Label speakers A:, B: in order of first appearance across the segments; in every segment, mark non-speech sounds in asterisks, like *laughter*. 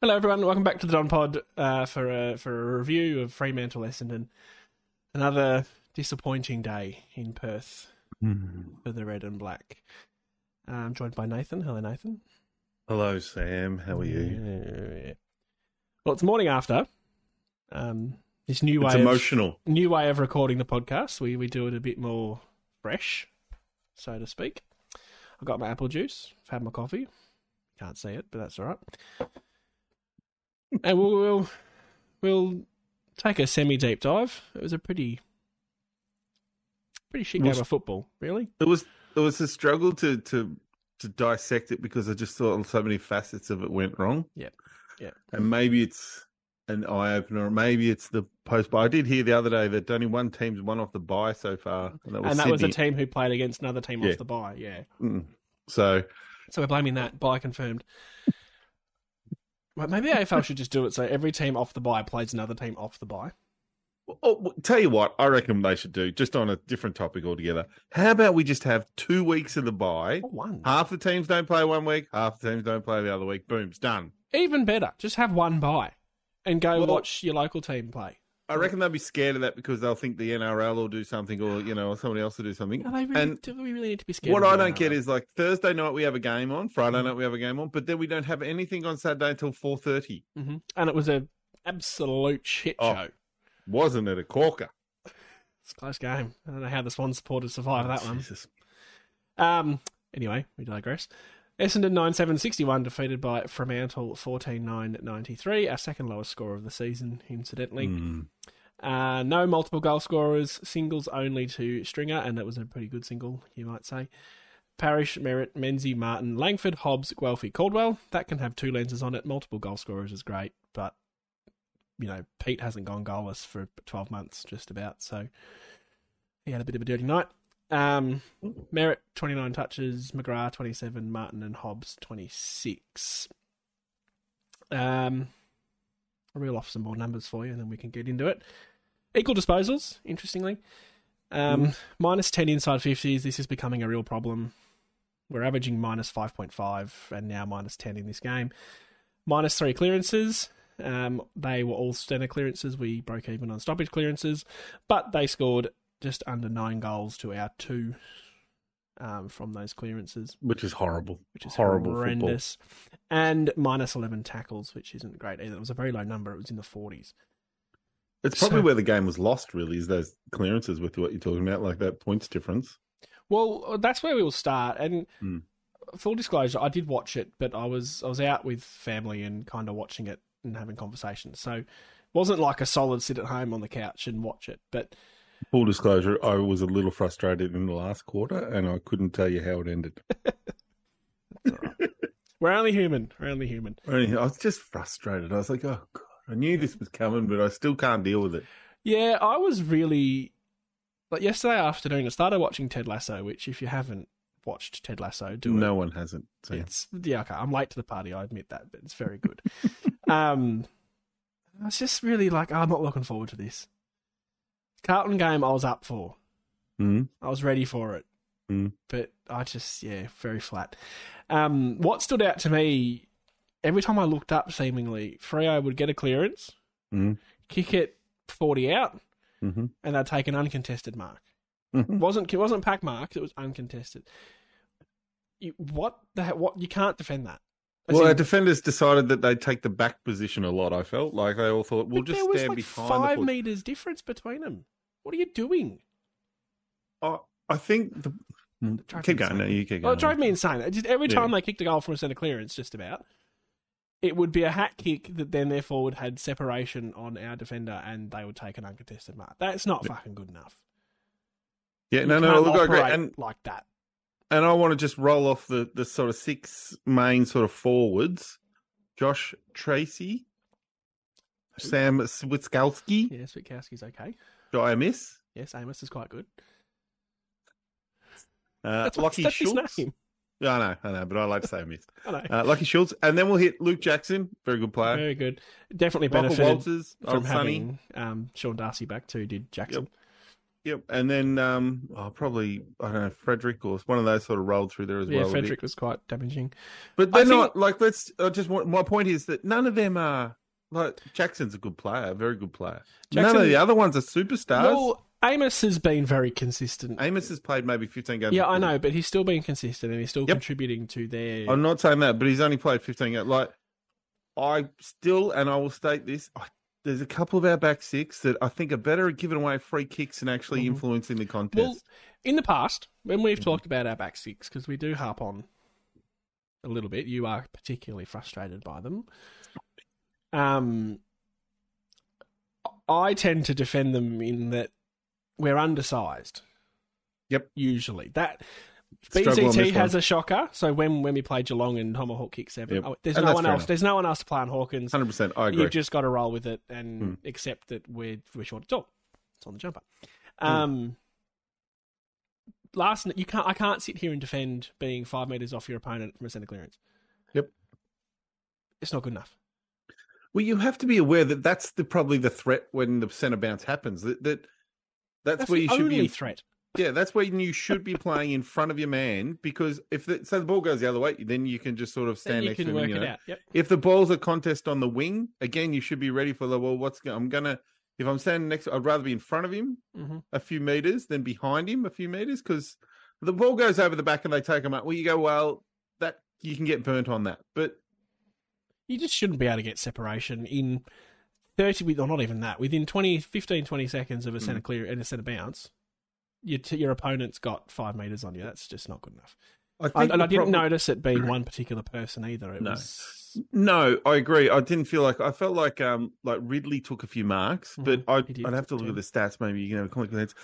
A: Hello, everyone. Welcome back to the Don Pod uh, for a, for a review of Fremantle Essendon. Another disappointing day in Perth for the red and black. Uh, I'm joined by Nathan. Hello, Nathan.
B: Hello, Sam. How are you?
A: Yeah. Well, it's morning after. Um, this new
B: It's
A: way
B: emotional.
A: of, new way of recording the podcast. We we do it a bit more fresh, so to speak. I've got my apple juice. I've had my coffee. Can't see it, but that's all right. and we'll we'll, we'll take a semi deep dive. It was a pretty pretty shit game
B: Was-
A: of football, really.
B: It was it was a struggle to to to dissect it because I just thought so many facets of it went wrong.
A: Yep. Yep.
B: And maybe it's an eye opener. Maybe it's the post. But I did hear the other day that only one team's won off the bye so far, and that was
A: and that was a
B: Sydney.
A: team who played against another team
B: Yeah.
A: off the bye. Yeah.
B: Mm. So
A: So we're blaming that. Buy confirmed. Well, maybe the AFL should just do it so every team off the buy plays another team off the buy.
B: Oh, w- tell you what, I reckon they should do just on a different topic altogether. How about we just have two weeks of the bye?
A: Or one.
B: Half the teams don't play one week, half the teams don't play the other week. Boom, it's done.
A: Even better, just have one buy and go
B: Well-
A: watch your local team play.
B: I reckon they'll be scared of that because they'll think the NRL will do something, or you know, or somebody else will do something.
A: No, they really,
B: and
A: do we really need to be scared.
B: what
A: of
B: I
A: the
B: don't get
A: NRL?
B: is like Thursday night we have a game on,
A: Mm-hmm.
B: Friday night we have a game on, but then we don't have anything on Saturday until four thirty.
A: Mhm. and it was a absolute shit
B: Oh.
A: show.
B: Wasn't it a corker?
A: It's a close game. I don't know how the Swan supporters survived that one.
B: Jesus.
A: Um. Anyway, we digress. Essendon 9761 defeated by Fremantle 14993, our second lowest score of the season, incidentally.
B: Mm,
A: Uh, no multiple goal scorers, singles only to Stringer, and that was a pretty good single, you might say. Parish, Merritt, Menzie, Martin, Langford, Hobbs, Guelphy, Caldwell. That can have two lenses on it. Multiple goal scorers is great, but you know Pete hasn't gone goalless for twelve months, just about. So he had a bit of a dirty night. Um, Merritt twenty nine touches, McGrath twenty seven, Martin and Hobbs twenty six. Um, I'll reel off some more numbers for you, and then we can get into it. Equal disposals, interestingly. Um, minus 10 inside 50s. This is becoming a real problem. We're averaging minus 5.5 and now minus 10 in this game. Minus three clearances. Um, they were all standard clearances. We broke even on stoppage clearances, but they scored just under nine goals to our two um, from those clearances
B: Which is horrible.
A: which is
B: horrible
A: horrendous, and minus 11 tackles, which isn't great either. It was a very low number. It was in the 40s.
B: football. It's probably
A: So-
B: where the game was lost. Really, is those clearances with what you're talking about, like that points difference.
A: Well, uh, that's where we will start. And
B: Hmm.
A: full disclosure, I did watch it, but I was I was out with family and kind of watching it and having conversations. So it wasn't like a solid sit at home on the couch and watch it. But
B: Full disclosure, I was a little frustrated in the last quarter, and I couldn't tell you how it ended.
A: *laughs* we're only human. We're only human.
B: Or anything. I was just frustrated. I was like, oh god, I knew this was coming, but I still can't deal with it.
A: Yeah, I was really like yesterday afternoon. I started watching Ted Lasso, which if you haven't watched Ted Lasso, do it.
B: no one hasn't. So.
A: It's yeah, okay. I'm late to the party. I admit that, but it's very good. *laughs* um, I was just really like, "Oh, I'm not looking forward to this. Carlton game, I was up for.
B: Mhm.
A: I was ready for it,
B: Mm.
A: but I just yeah, very flat. Um, what stood out to me every time I looked up, seemingly Freo would get a clearance,
B: Mhm.
A: kick it forty out,
B: Mhm.
A: and they'd take an uncontested mark. It
B: Mhm.
A: wasn't it wasn't pack marked. It was uncontested. You, what the he- what you can't defend that. As
B: Well,
A: in-
B: our defenders decided that they'd take the back position a lot. I felt like they all thought, we'll
A: but
B: just
A: there was
B: stand
A: like
B: behind
A: five
B: the foot.
A: meters difference between them. What are you doing?
B: I, I think the.
A: Mm. Drive
B: Keep
A: me
B: going. No,
A: insane.
B: you keep going.
A: Well, it drove me insane. It Just every
B: Yeah.
A: time they kicked a goal from a centre clearance, just about, it would be a hat kick that then their forward had separation on our defender and they would take an uncontested mark. That's not fucking good enough.
B: Yeah,
A: You
B: no, no,
A: can't
B: look, I agree.
A: operate
B: And,
A: like that.
B: and I want to just roll off the, the sort of six main sort of forwards Josh Tracy, Sam Switzkowski,
A: Yeah, Switkowski's okay.
B: did I miss?
A: Yes, Amos is quite good.
B: Uh,
A: That's, what,
B: Lockie
A: that's his
B: Schultz.
A: name.
B: Yeah, I know, I know, but I like to say I missed.
A: I know.
B: Uh, Lucky Schultz, and then we'll hit Luke Jackson, very good player.
A: Very good. Definitely
B: Michael
A: benefited
B: Walters,
A: from
B: old Sonny.
A: having um, Sean Darcy back too. Did Jackson?
B: Yep. And then um, oh, probably, I don't know, Frederick or one of those sort of rolled through there as
A: Yeah,
B: well. a bit.
A: Frederick was quite damaging.
B: But
A: I
B: they're
A: think-
B: not like. Let's. I just want my point is that none of them are like Jackson's a good player, a very good player. none
A: Jackson-
B: of the other ones are superstars.
A: Well, Amos has been very consistent.
B: Amos has played maybe fifteen games.
A: Yeah, I know, but he's still being consistent and he's still
B: Yep.
A: contributing to their.
B: I'm not saying that, but he's only played fifteen games. Like I still, and I will state this. I, there's a couple of our back six that I think are better at giving away free kicks and actually
A: Mhm.
B: influencing the contest.
A: well, in the past, when we've talked about our back six, because we do harp on a little bit, you are particularly frustrated by them. Um, I tend to defend them in that we're undersized.
B: Yep.
A: Usually that
B: Struggle on
A: BCT
B: this
A: has a shocker. So when when we played Geelong and Tomahawk kick seven,
B: Yep.
A: oh, there's
B: And
A: no
B: that's
A: one
B: fair
A: else.
B: enough.
A: There's no one else to play on Hawkins.
B: hundred percent, I agree.
A: You've just got to roll with it and
B: Hmm.
A: accept that we're we're short at all. It's on the jumper.
B: Hmm.
A: Um, Last, you can't. I can't sit here and defend being five meters off your opponent from a centre clearance.
B: Yep.
A: it's not good enough.
B: Well, you have to be aware that that's the probably the threat when the centre bounce happens. That that that's,
A: That's
B: where
A: the
B: you should
A: only
B: be in
A: threat.
B: Yeah, that's when you should be playing in front of your man because if the, so the ball goes the other way, then you can just sort of
A: Then
B: stand
A: you
B: next to
A: can
B: him.
A: work
B: you
A: it
B: know.
A: out. Yep.
B: If the ball's a contest on the wing, again, you should be ready for the well. What's go- I'm gonna if I'm standing next, I'd rather be in front of him
A: hmm
B: a few meters than behind him a few meters because the ball goes over the back and they take him up. Well, you go well that you can get burnt on that, but
A: You just shouldn't be able to get separation in thirty. with- Or not even that. Within 20, 15, 20 seconds of a
B: Hmm.
A: centre clear and a centre bounce, your t- your opponent's got five meters on you. That's just not good enough.
B: I
A: I, and
B: the
A: I didn't
B: problem-
A: notice it
B: *clears throat*
A: being one particular person either. It
B: No.
A: was
B: No, I agree. I didn't feel like I felt like um like Ridley took a few marks, but
A: Mhm,
B: I,
A: he did
B: I'd have to
A: took
B: look at
A: ten.
B: the stats. Maybe you can have a comment with that.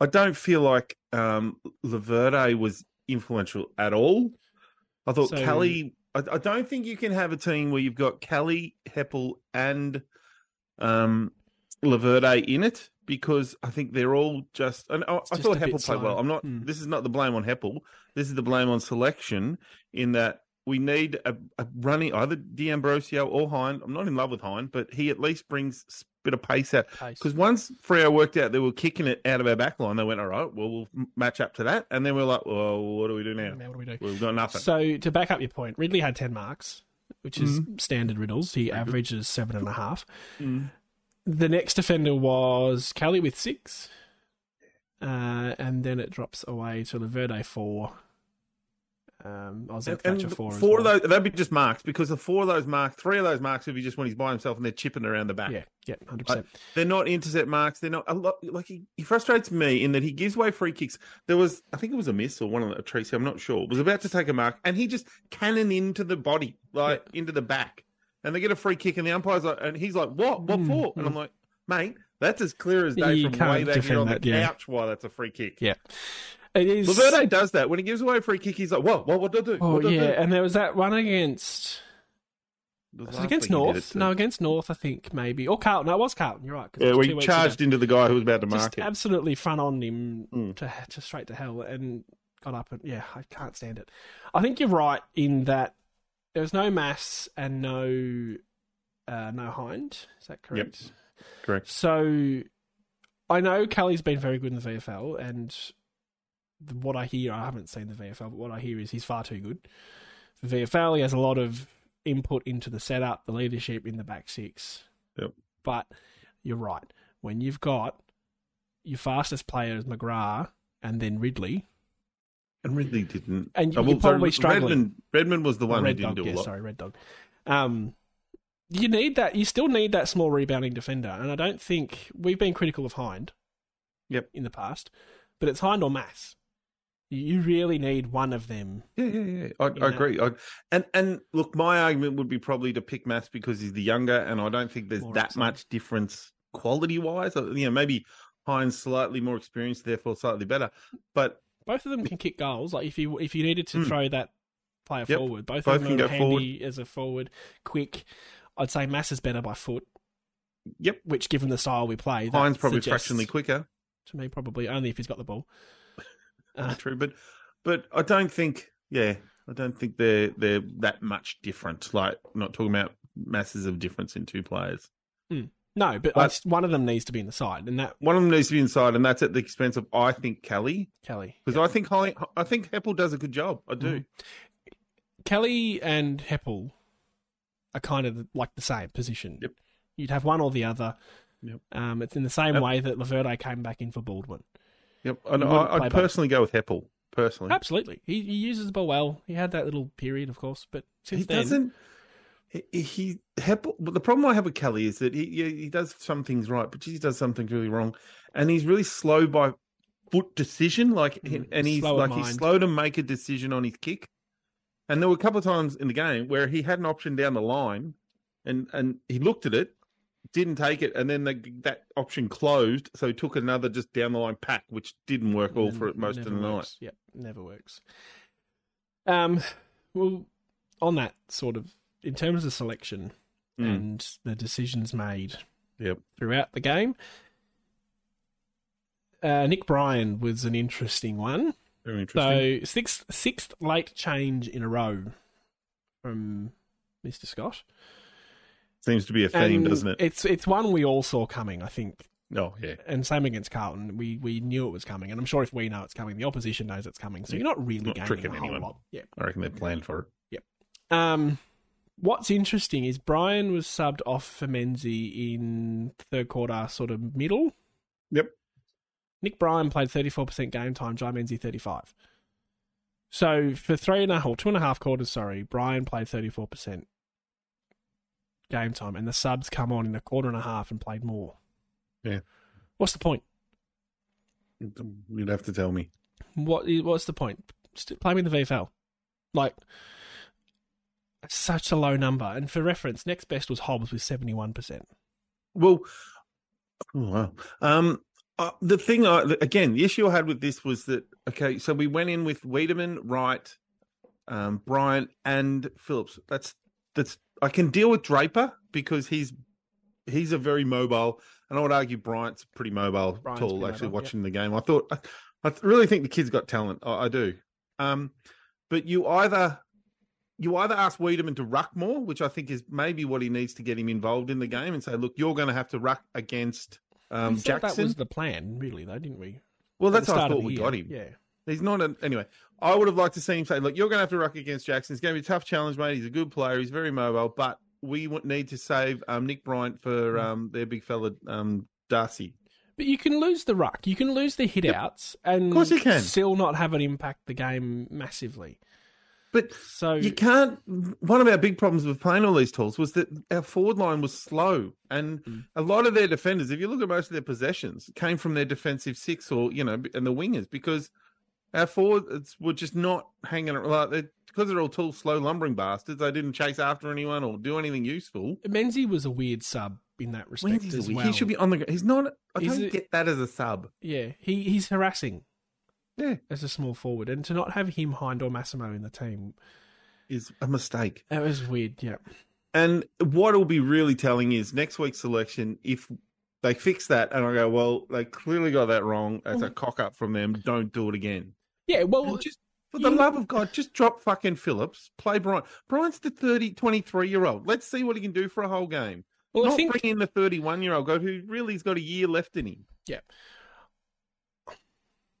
B: I don't feel like um Laverde was influential at all. I thought
A: So-
B: Kelly. I, I don't think you can have a team where you've got Kelly, Heppel, and um Laverde in it because I think they're all just. And I, I
A: just
B: thought
A: a bit
B: Heppel played well.
A: slow.
B: I'm not.
A: Hmm.
B: This is not the blame on Heppel. This is the blame on selection in that we need a, a running either D'Ambrosio or Hine. I'm not in love with Hine, but he at least brings a bit of pace out.
A: pace.
B: Because once Freo worked out they were kicking it out of our back line, they went, all right, well, we'll m- match up to that. And then we're like, well, what do we do now?
A: Now what do we do?
B: We've got nothing.
A: So to back up your point, Ridley had ten marks, which is
B: Mm-hmm.
A: standard riddles. He averages seven and a half.
B: Mm.
A: The next defender was Kelly with six, uh, and then it drops away to Laverde four. Um, I was
B: And-
A: at
B: and
A: Thatcher four. as
B: four of
A: well.
B: those, that'd be just marks because the four of those marks, three of those marks would be just when he's by himself and they're chipping around the back.
A: Yeah, yeah, hundred
B: Like,
A: percent.
B: they're not intercept marks. They're not a lot. Like he, he frustrates me in that he gives away free kicks. There was, I think it was a miss or one of the Tracy. I'm not sure. Was about to take a mark, and he just cannon into the body, like into the back, and they get a free kick, and the umpire's like, and he's like, "What? What
A: Mm,
B: for?" And I'm like, "Mate, that's as clear as day
A: You
B: from
A: can't
B: way back here
A: defend
B: on the
A: that, yeah.
B: couch. Why that's a free kick."
A: Yeah, it is.
B: Laverde does that when he gives away a free kick. He's like, "What? What? What do I do?"
A: Oh
B: what do I
A: yeah,
B: do?"
A: and there was that one against
B: It was
A: was it
B: last
A: against
B: week he did
A: North.
B: it,
A: No,
B: so-
A: against North, I think maybe or Carlton. No, it was Carlton. You're right. 'cause it
B: Yeah,
A: was
B: we
A: two weeks ago.
B: charged into the guy who was about to
A: just
B: mark it.
A: absolutely front on him
B: Mm.
A: to, to straight to hell and got up and yeah i can't stand it i think you're right in that there was no mass and no uh, no hind is that correct
B: Correct.
A: so i know kelly's been very good in the vfl and the- what i hear i haven't seen the vfl but what i hear is he's far too good for vfl he has a lot of input into the setup the leadership in the back six
B: Yep.
A: but you're right when you've got your fastest player is McGrath and then Ridley.
B: And Ridley didn't.
A: And
B: Oh,
A: you're
B: sorry,
A: probably struggling.
B: Redmond, Redmond was the one
A: Red
B: who didn't
A: Dog,
B: do
A: yeah,
B: a lot.
A: sorry, Red Dog. Um, you need that. You still need that small rebounding defender, and I don't think we've been critical of Hind.
B: Yep.
A: In the past, but it's Hind or Mass. You really need one of them.
B: Yeah, yeah, yeah. I,
A: You know?
B: I agree. I, and and look, my argument would be probably to pick Mass because he's the younger, and I don't think there's
A: More
B: that
A: upside.
B: much difference quality wise. You know, maybe Hines slightly more experienced, therefore slightly better. But
A: Both of them can kick goals. Like if you if you needed to
B: Hmm.
A: throw that player
B: Yep.
A: forward, both,
B: Both
A: of them
B: can
A: are
B: go forward.
A: handy as a forward, quick. I'd say Mass is better by foot.
B: Yep.
A: Which, given the style we play, that
B: Hines probably
A: suggests-
B: fractionally quicker.
A: to me probably only if he's got the ball. Uh,
B: True, but but I don't think, yeah, I don't think they're they're that much different. Like, not talking about masses of difference in two players.
A: Mm. No, but,
B: But-
A: I- one of them needs to be in the side, and that
B: One of them needs to be inside, and that's at the expense of I think Kelly
A: Kelly.
B: because I think Holly, I think Heppel does a good job. I do.
A: Kelly and Heppel are kind of like the same position.
B: Yep.
A: You'd have one or the other.
B: Yep.
A: Um, it's in the same
B: Yep.
A: way that Laverde came back in for Baldwin.
B: Yep, and
A: You wouldn't
B: I,
A: play
B: I'd
A: both.
B: personally go with Heppel personally.
A: Absolutely, he, he uses the ball well. He had that little period, of course, but since
B: he
A: then,
B: doesn't. He, he Heppel, but the problem I have with Kelly is that he yeah, he does some things right, but he does some things really wrong, and he's really slow by foot decision. Like, he-
A: Mm,
B: and he's
A: slow at
B: like he's
A: mind.
B: slow to make a decision on his kick. And there were a couple of times in the game where he had an option down the line, and and he looked at it, didn't take it, and then the, that option closed, so he took another just down the line pack, which didn't work all for
A: n-
B: most of the
A: never
B: night.
A: works. Yep, never works. Um, well, on that sort of in terms of selection
B: Mm.
A: and the decisions made
B: Yep.
A: throughout the game, uh, Nick Bryan was an interesting one.
B: Very interesting.
A: So sixth sixth late change in a row from Mr. Scott.
B: Seems to be a theme,
A: And
B: doesn't it?
A: It's it's one we all saw coming, I think,
B: Oh yeah.
A: and same against Carlton. We we knew it was coming, and I'm sure if we know it's coming, the opposition knows it's coming. So
B: Yeah,
A: you're not really
B: not
A: gaining
B: tricking
A: a whole
B: anyone.
A: lot. Yeah.
B: I reckon they planned for it.
A: Um, what's interesting is Brian was subbed off for Menzi in third quarter, sort of middle.
B: Yep.
A: Nick Bryan played 34% game time, Jai Menzi 35. So for three and a half, two and a half quarters, sorry, Brian played 34% game time, and the subs come on in a quarter and a half and played more.
B: Yeah.
A: What's the point?
B: You'd have to tell me.
A: What i- what's the point? St- play me in the VFL. Like that's such a low number. And for reference, next best was Hobbs with seventy one percent.
B: Well, oh, wow. Um, uh, the thing I, again, the issue I had with this was that okay, so we went in with Wiedemann, Wright, um, Bryant, and Phillips. That's that's I can deal with Draper because he's he's a very mobile, and I would argue Bryant's pretty mobile,
A: Bryant's
B: tall.
A: pretty
B: actually,
A: mobile, yeah.
B: watching the game, I thought I, I really think the kid's got talent. I, I do. Um, but you either you either ask Wiedemann to ruck more, which I think is maybe what he needs to get him involved in the game, and say, look, you're going to have to ruck against um,
A: that
B: Jackson.
A: was the plan, really, though, didn't we?
B: well,
A: At
B: that's
A: the
B: how I
A: start of
B: thought
A: the
B: we
A: year.
B: got him.
A: Yeah.
B: He's not an anyway. I would have liked to see him say, "Look, you're going to have to ruck against Jackson. It's going to be a tough challenge, mate. He's a good player. He's very mobile, but we would need to save um, Nick Bryant
A: Mm.
B: for um, their big fella um, Darcy."
A: But you can lose the ruck, you can lose the hit outs, and
B: Of course you can.
A: still not have it impact the game massively.
B: But
A: So
B: you can't. One of our big problems with playing all these tools was that our forward line was slow, and
A: Mm.
B: a lot of their defenders, if you look at most of their possessions, came from their defensive six or you know, and the wingers because our forwards were just not hanging around like they, because they're all tall, slow, lumbering bastards. They didn't chase after anyone or do anything useful.
A: Menzi was a weird sub in that respect
B: Where's his
A: as
B: wing?
A: well.
B: He should be on the. gr- He's not. I
A: He's
B: don't
A: a-
B: get that as a sub.
A: Yeah, he, he's harassing.
B: Yeah.
A: As a small forward, and to not have him, Hind or Massimo in the team,
B: Is a mistake.
A: that was weird. Yeah.
B: And what will be really telling is next week's selection, if they fix that and I go, well, they clearly got that wrong. That's
A: Mm.
B: a cock up from them. Don't do it again.
A: Yeah, well,
B: And just for the
A: you-
B: love of God, just drop fucking Phillips. Play Brian. Brian's the 30, 23 year old. Let's see what he can do for a whole game.
A: well, I
B: Not
A: think
B: bring in the 31 year old guy who really has got a year left in him.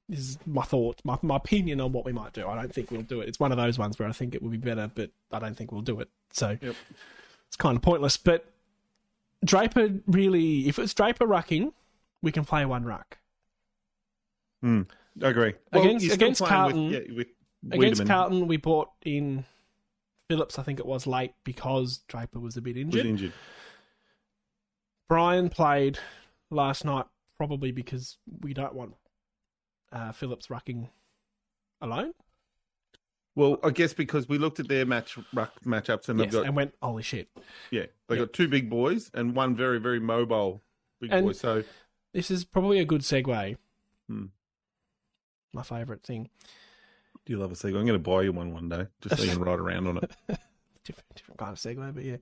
A: this is my thought, my, my opinion on what we might do. I don't think we'll do it. It's one of those ones where I think it would be better, but I don't think we'll do it. So
B: Yep.
A: it's kind of pointless. But Draper really, if it's Draper rucking, we can play one ruck.
B: I agree.
A: Against- against Carlton-
B: With, yeah, with
A: Against
B: Wiedemann,
A: Carlton, we bought in Phillips, I think it was late because Draper was a bit
B: who's
A: injured.
B: injured.
A: Brian played last night probably because we don't want uh, Phillips rucking alone.
B: Well, I guess because we looked at their match ruck matchups and
A: Yes,
B: they've got
A: and went, holy shit.
B: Yeah, they
A: Yeah.
B: got two big boys and one very very mobile big
A: And-
B: boy. So
A: This is probably a good segue.
B: Hmm.
A: My favourite thing.
B: do you love a seagull? I'm going to buy you one one day, just so you can ride around *laughs* on it.
A: Different, different kind of segue, but yeah.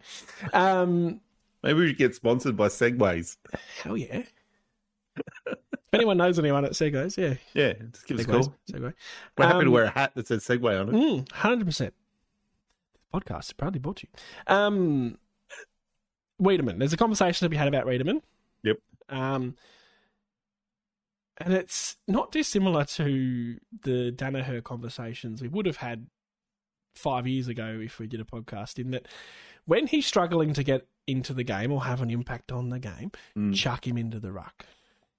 A: Um,
B: Maybe we should get sponsored by Segways.
A: hell yeah. if anyone knows anyone at Segways, yeah.
B: Yeah, just give us a
A: Segways,
B: call.
A: Segway.
B: We're happy to
A: Um,
B: wear a hat that says Segway on it.
A: Mm, 100%. This podcast is proudly brought to you. Um, Wiedemann. There's a conversation to be had about Wiedemann.
B: Yep.
A: Um, and it's not dissimilar to the Danaher conversations we would have had five years ago if we did a podcast, in that when he's struggling to get into the game or have an impact on the game,
B: Mm.
A: chuck him into the ruck.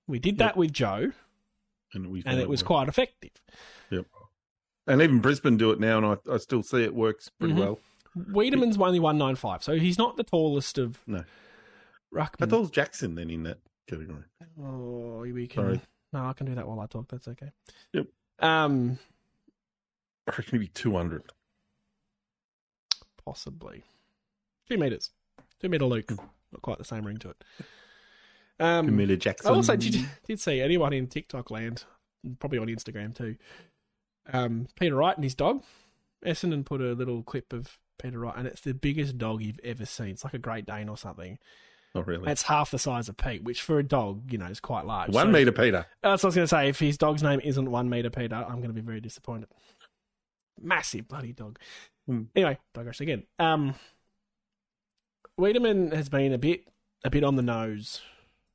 A: We did that with Joe,
B: And, we
A: and
B: found
A: it was
B: worked.
A: quite effective.
B: And even Brisbane do it now, and I, I still see it works pretty
A: Mhm.
B: well.
A: Wiedemann's only 195, so he's not the tallest of
B: No. How
A: ruckmen.
B: tall's Jackson then in that category?
A: Oh, we can.
B: Sorry.
A: No, I can do that while I talk. That's okay.
B: Yep.
A: Um,
B: I reckon it'd be 200.
A: possibly two meters, two meter Luke.
B: Hmm.
A: Not quite the same ring to it. Um,
B: Camilla
A: I
B: Jackson.
A: also did, did see anyone in TikTok land, probably on Instagram too. Um, Peter Wright and his dog. Essendon put a little clip of Peter Wright, and it's the biggest dog you've ever seen. It's like a Great Dane or something.
B: Not really.
A: It's half the size of Pete, which for a dog, you know, is quite large.
B: One
A: So-
B: meter, Peter.
A: That's what I was going to say. If his dog's name isn't One Meter Peter, I'm going to be very disappointed. Massive bloody dog.
B: Hmm.
A: Anyway, digress again. Um, Wiedemann has been a bit, a bit on the nose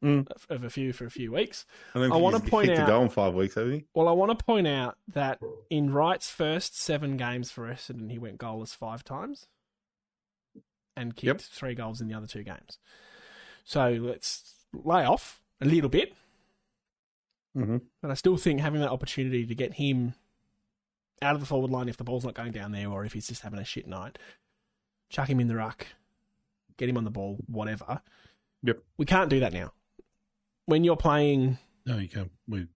B: Mm.
A: of, of a few for a few weeks.
B: I, don't
A: I
B: think
A: wanna
B: he's
A: point
B: kicked
A: out-
B: a goal in five weeks, hasn't he?
A: Well, I want to point out that in Wright's first seven games for Essendon, he went goalless five times and kicked
B: Yep.
A: three goals in the other two games. So let's lay off a little bit
B: Mm-hmm.
A: But I still think having that opportunity to get him out of the forward line if the ball's not going down there or if he's just having a shit night, chuck him in the ruck, get him on the ball, whatever.
B: Yep.
A: We can't do that now. When you're playing
B: No, you can't. We,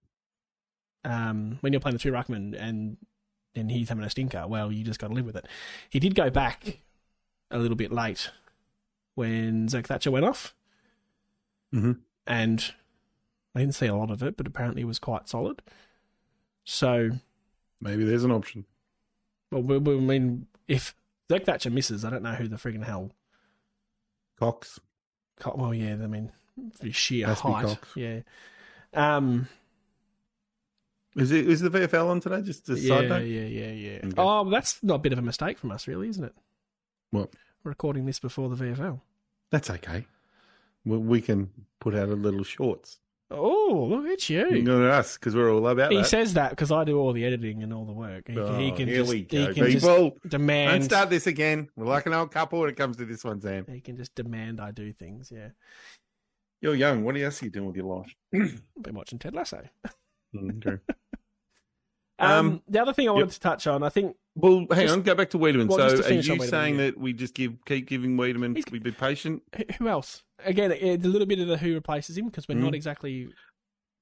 A: um, when you're playing the two ruckman and and he's having a stinker, well, you just got to live with it. He did go back a little bit late when Zach Thatcher went off,
B: Mhm.
A: and I didn't see a lot of it, but apparently it was quite solid. So,
B: maybe there's an option.
A: well, we, we I mean, if Zach Thatcher misses, I don't know who the friggin' hell.
B: Cox.
A: co- Well, yeah, I mean, for sheer
B: Must be
A: height,
B: Cox.
A: yeah. Um,
B: Is, it, is the VFL on today? Just a
A: yeah,
B: side note?
A: yeah, yeah, yeah.
B: Okay.
A: Oh, well, that's not a bit of a mistake from us, really, isn't it?
B: What?
A: We're recording this before the VFL.
B: That's okay. We, we can put out a little shorts.
A: Oh, look at you.
B: Look at us, because we're all about
A: He
B: that.
A: says that because I do all the editing and all the work. He,
B: Oh,
A: he can
B: here
A: just,
B: we
A: he
B: go,
A: can just
B: people. Don't
A: demand.
B: start this again. We're like an old couple when it comes to this one, Sam.
A: He can just demand I do things. Yeah,
B: You're young. What else are you doing with your life?
A: been watching Ted Lasso.
B: Okay.
A: Um,
B: Um,
A: the other thing I
B: yep.
A: wanted to touch on, I think
B: *laughs* Well, hang
A: Just-
B: on. Go back to Wiedemann.
A: Well, just
B: so,
A: to
B: are you
A: finish on
B: saying
A: Wiedemann, yeah.
B: that we just give keep giving Wiedemann?
A: He's-
B: We be patient.
A: who- who else? Again, it's a little bit of the who replaces him because we're
B: Hmm.
A: not exactly.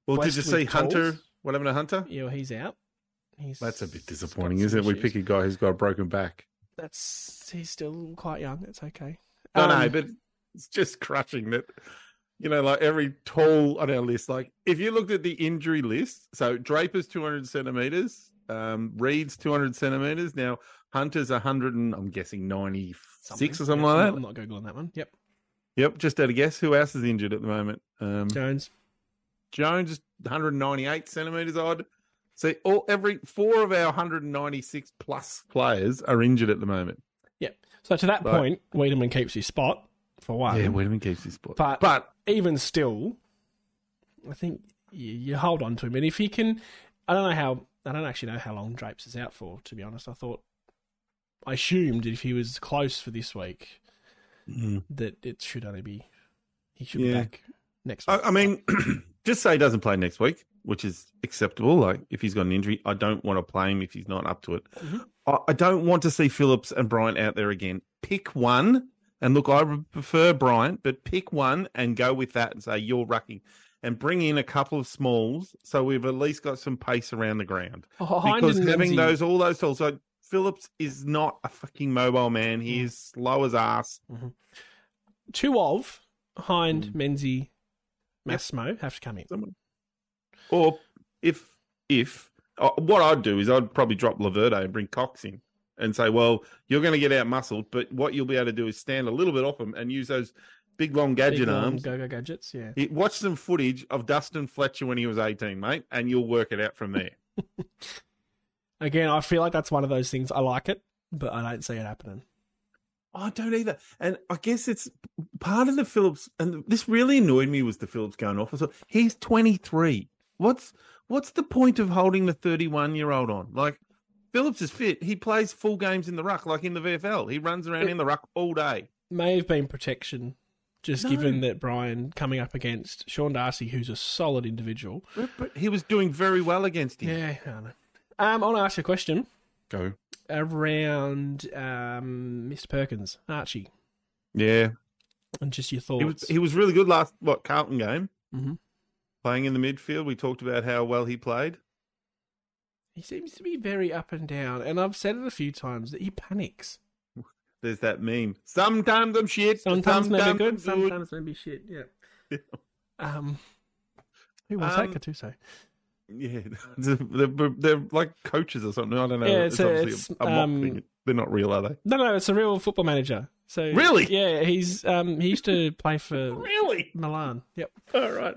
B: Well,
A: West
B: did you
A: with
B: see Hunter?
A: Coles.
B: What happened to Hunter?
A: You know, he's out. He's
B: That's a bit
A: got
B: disappointing,
A: some
B: isn't it? We
A: issues.
B: pick a guy who's got a broken back.
A: That's he's still quite young. That's okay.
B: No, no,
A: Um,
B: but it's just crushing that. You know, like every tall on our list. Like if you looked at the injury list, so Draper's two hundred centimeters, um, Reed's two hundred centimeters. Now Hunter's hundred and I'm guessing ninety six or something
A: yeah, I'm
B: like that.
A: not googling that one. Yep,
B: Yep, just out of guess. Who else is injured at the moment? Um,
A: Jones.
B: Jones is 198 centimeters odd. So all every four of our 196 plus players are injured at the moment.
A: So to that
B: Right.
A: point, Wiedemann keeps his spot for one.
B: yeah, Wiedemann keeps his spot.
A: but-
B: but
A: even still, I think you, you hold on to him. And if he can, I don't know how, I don't actually know how long Drapes is out for, to be honest. I thought, I assumed if he was close for this week, that it should only be, he should be
B: Yeah.
A: back next
B: I,
A: week.
B: I mean, *clears throat* just say he doesn't play next week, which is acceptable. Like if he's got an injury, I don't want to play him if he's not up to it.
A: Mhm.
B: I, I don't want to see Phillips and Bryant out there again. Pick one, and look, I would prefer Bryant, but pick one and go with that and say you're rucking, and bring in a couple of smalls so we've at least got some pace around the ground
A: Oh, Hind
B: because
A: and
B: having
A: Lindsay-
B: those all those tools. So Phillips is not a fucking mobile man. He is slow as ass.
A: two of Hind,
B: Mm.
A: Menzie, Massimo have to come in.
B: someone. Or if if uh, what I'd do is I'd probably drop Laverde and bring Cox in and say, well, you're going to get out muscled, but what you'll be able to do is stand a little bit off him and use those big long gadget
A: Big, long
B: arms.
A: Go-go gadgets, yeah.
B: He- Watch some footage of Dustin Fletcher when he was 18, mate, and you'll work it out from there.
A: Again, I feel like that's one of those things. I like it, but I don't see it happening.
B: I don't either. And I guess it's part of the Phillips, and this really annoyed me was the Phillips going off. I thought he's 23. What's what's the point of holding the 31 year old on? Like Phillips is fit. He plays full games in the ruck, like in the VFL. He runs around
A: It-
B: in the ruck all day.
A: May have been protection, just
B: No.
A: given that Brian coming up against Sean Darcy, who's a solid individual.
B: But- But he was doing very well against him.
A: Yeah, I don't know. Um, I want to ask you a question
B: Go.
A: around um, Mr. Perkins, Archie,
B: Yeah.
A: and just your
B: He was
A: thoughts.
B: he was really good last what Carlton game.
A: Mhm.
B: Playing in the midfield. We talked about how well he played.
A: He seems to be very up and down, and I've said it a few times that he panics.
B: There's that meme. Sometimes I'm shit.
A: Sometimes maybe
B: I'm
A: good, sometimes maybe shit. Yeah. *laughs* um, who was
B: Um,
A: that Gattuso? *laughs*
B: Yeah, *laughs* they're, they're, they're like coaches or something. I don't know.
A: Yeah,
B: it's,
A: so
B: obviously
A: it's,
B: a, a mock
A: um,
B: thing. They're not real, are they?
A: No, no, it's a real football manager. So
B: Really?
A: yeah, he's um he used to play for *laughs*
B: Really?
A: Milan. Yep,
B: All right.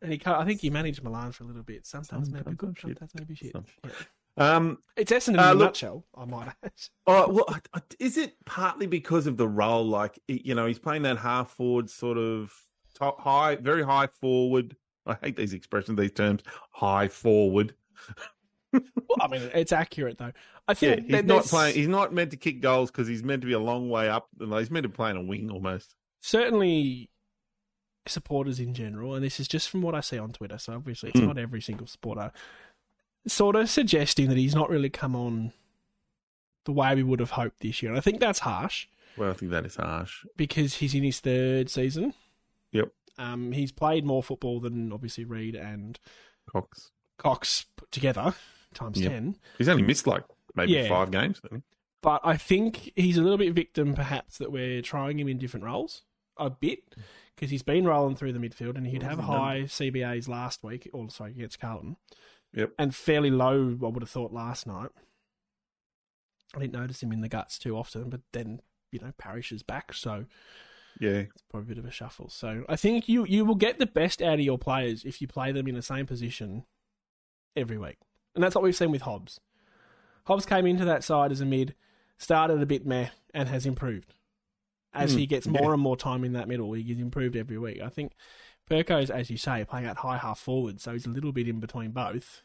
A: and he ca- I think he managed Milan for a little bit. Sometimes maybe
B: Sometimes
A: good,
B: shit.
A: sometimes maybe shit.
B: Sometimes.
A: Yeah.
B: Um.
A: It's Essendon in
B: Uh,
A: a
B: look-
A: nutshell. I might add. *laughs*
B: All right. Well, I- I- is it partly because of the role? Like, y- you know, he's playing that half forward sort of top high, very high forward. I hate these expressions, these terms. High forward.
A: Well, I mean, it's accurate though. I
B: Yeah,
A: think
B: he's
A: that
B: not
A: there's-
B: playing. He's not meant to kick goals because he's meant to be a long way up. Like, he's meant to play in a wing almost.
A: certainly supporters in general, and this is just from what I see on Twitter, so obviously it's
B: Hmm.
A: not every single supporter, sort of suggesting that he's not really come on the way we would have hoped this year. And I think that's harsh
B: Well, I think that is harsh.
A: because he's in his third season.
B: Yep.
A: Um, he's played more football than obviously Reed and
B: Cox.
A: Cox put together, times
B: Yep.
A: 10.
B: He's only missed like maybe
A: Yeah.
B: five games. hasn't he?
A: but I think he's a little bit victim, perhaps, that we're trying him in different roles a bit because he's been rolling through the midfield and he'd have
B: Wasn't
A: high CBAs last week, or sorry, against Carlton.
B: Yep.
A: And fairly low, I would have thought, last night. I didn't notice him in the guts too often, but then, you know, Parrish is back, so
B: Yeah.
A: it's probably a bit of a shuffle. So I think you, you will get the best out of your players if you play them in the same position every week. And that's what we've seen with Hobbs. Hobbs came into that side as a mid, started a bit meh, and has improved. As
B: Hmm,
A: he gets more
B: yeah.
A: and more time in that middle, he gets improved every week. I think Perko's, as you say, playing out high half forward, so he's a little bit in between both.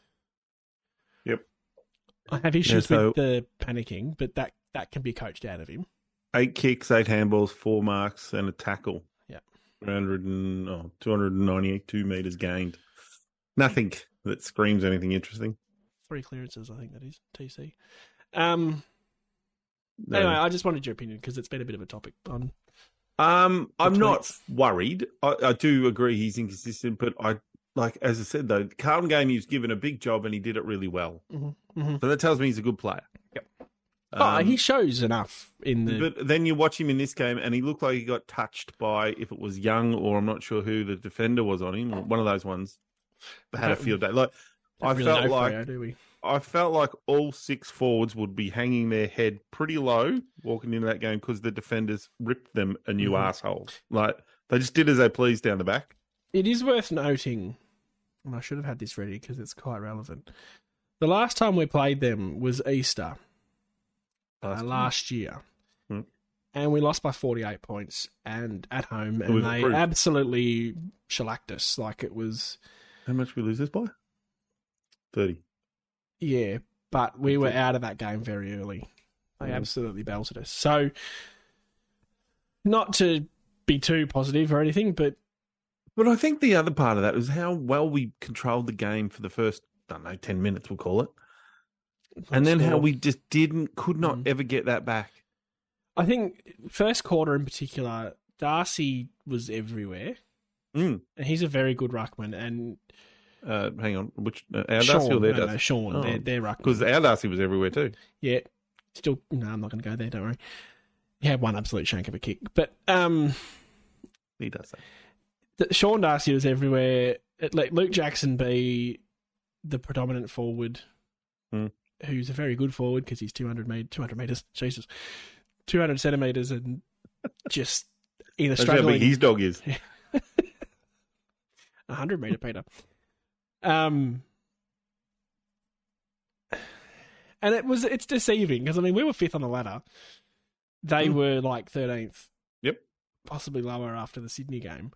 B: Yep.
A: I have issues
B: so-
A: with the panicking, but that, that can be coached out of him.
B: eight kicks, eight handballs, four marks, and a tackle.
A: Yep.
B: 300 and, oh, 292 metres gained. Nothing that screams anything interesting.
A: Three clearances, I think that is, TC. Um,
B: No.
A: Anyway, I just wanted your opinion because it's been a bit of a topic. On
B: um, I'm
A: the
B: not worried. I, I do agree he's inconsistent, but I, like, as I said, though, Carlton game, he was given a big job and he did it really well.
A: Mhm, mhm.
B: So that tells me he's a good player.
A: Yep. oh,
B: Um,
A: he shows enough in the.
B: But then you watch him in this game, and he looked like he got touched by if it was Young or I'm not sure who the defender was on him. or One of those ones had a
A: Don't-
B: field day. Like
A: don't
B: I
A: really
B: felt
A: know
B: like
A: Freo, do we?
B: I felt like all six forwards would be hanging their head pretty low walking into that game because the defenders ripped them a new
A: Mhm.
B: asshole. Like they just did as they pleased down the back.
A: It is worth noting, and I should have had this ready because it's quite relevant. The last time we played them was Easter uh,
B: Last
A: last,
B: year.
A: year,
B: Hmm.
A: and we lost by forty-eight points and at home, and
B: we've
A: they
B: improved.
A: absolutely shellacked us like it was.
B: How much we lose this by? Thirty.
A: Yeah, but we were
B: Okay.
A: out of that game very early. They
B: Mhm.
A: absolutely belted us. So, not to be too positive or anything, but
B: But I think the other part of that was how well we controlled the game for the first I don't know ten minutes. We'll call it. and then how we just didn't could not
A: Mm.
B: ever get that back
A: I think first quarter in particular, Darcy was everywhere,
B: Mm.
A: and he's a very good ruckman. And
B: uh hang on which uh, our darcy or
A: Sean,
B: their
A: no, no,
B: darcy
A: Sean,
B: Oh.
A: their, their ruckman.
B: because our darcy was everywhere too
A: Yeah. Still, no, I'm not going to go there. Don't worry. He had one absolute shank of a kick, but um,
B: he does that
A: that Sean Darcy was everywhere. It let Luke Jackson be the predominant forward,
B: Hmm.
A: who's a very good forward because he's 200, met- 200 meters, Jesus, 200 centimeters, and just in a
B: that's how big
A: struggling
B: his dog is
A: 100 meter Peter. Um, and it was it's deceiving because I mean we were fifth on the ladder, They
B: Mm.
A: were like 13th.
B: Yep.
A: Possibly lower after the Sydney game.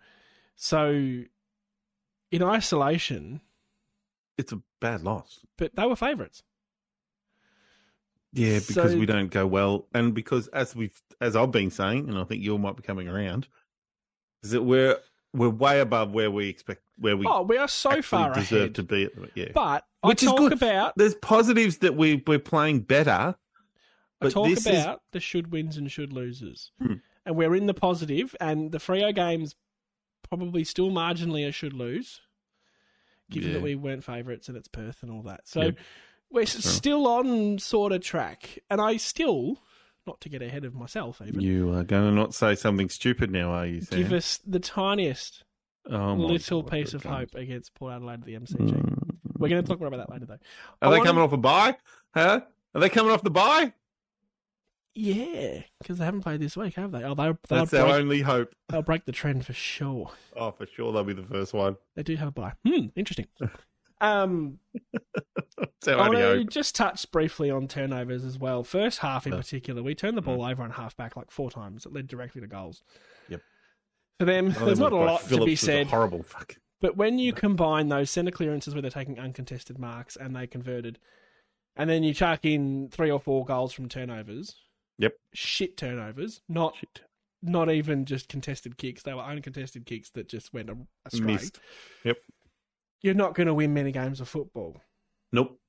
A: So in isolation,
B: It's a bad loss.
A: but they were favourites.
B: Yeah, because
A: So-
B: we don't go well, and because as we've as I've been saying, and I think you all might be coming around, is that we're we're way above where we expect where we
A: oh, we are so
B: actually
A: far
B: deserve
A: ahead.
B: to be. At the, yeah,
A: But
B: Which
A: I
B: is
A: talk
B: good.
A: about
B: there's positives that we we're playing
A: I
B: better. But
A: talk
B: this is-
A: about the should wins and should loses,
B: Hmm.
A: and we're in the positive, and the Frio game's probably still marginally a should lose, given
B: Yeah.
A: that we weren't favourites and it's Perth and all that. So
B: Yeah.
A: we're s still on sort of track, and I still, not to get ahead of myself, even
B: You are going to not say something stupid now, are you? Sam?
A: give us the tiniest
B: oh, my
A: little
B: God,
A: piece
B: good
A: of
B: God.
A: hope against Port Adelaide at the MCG.
B: Mm.
A: We're going to talk more about that later, though.
B: Are
A: I
B: they
A: wanna-
B: coming off a bye? Huh? Are they coming off the bye?
A: Yeah, because they haven't played this week, have they? Oh, they they'll,
B: That's our
A: break,
B: only hope.
A: they'll break the trend for sure.
B: Oh, for sure, they'll be the first one.
A: They do have a buy. Hmm,
B: *laughs*
A: interesting. Um,
B: That's our
A: I
B: only
A: want to
B: hope.
A: just touch briefly on turnovers as well. First half in
B: Yeah.
A: particular, we turned the ball over on half back like four times. It led directly to goals.
B: Yep.
A: For them,
B: Another
A: there's
B: one
A: not a
B: by
A: lot to
B: Phillips
A: be
B: was a
A: said.
B: Horrible. Fuck.
A: But when you combine those centre clearances where they're taking uncontested marks and they converted, and then you chuck in three or four goals from turnovers.
B: Yep.
A: Shit turnovers, not not even just contested kicks. They were uncontested kicks that just went a- astray.
B: Missed. Yep.
A: You're not going to win many games of football.
B: Nope.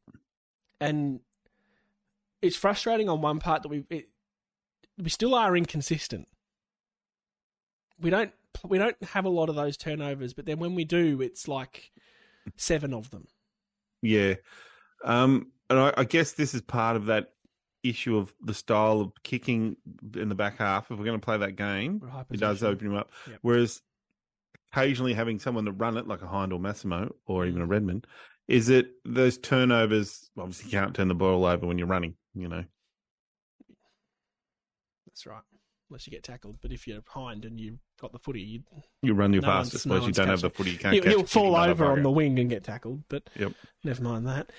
A: and it's frustrating on one part that we it, we still are inconsistent. We don't we don't have a lot of those turnovers, but then when we do, it's like seven of them.
B: Yeah. Um, and I, I guess this is part of that issue of the style of kicking in the back half. If we're going to play that game,
A: We're high
B: it does
A: possession.
B: open him up.
A: Yep.
B: Whereas occasionally having someone to run it, like a Hind or Massimo or even a Redmond, is it those turnovers? Obviously, you can't turn the ball over when you're running, you know.
A: That's right. Unless you get tackled, but if you're behind and you've got the footy, you,
B: You run your
A: No one's-
B: fastest,
A: no
B: whereas you
A: one's
B: don't have the
A: catching-
B: footy. You can't
A: you
B: catch
A: will
B: a kicking
A: fall over on
B: motherfucker.
A: the wing and get tackled. But
B: Yep.
A: never mind that.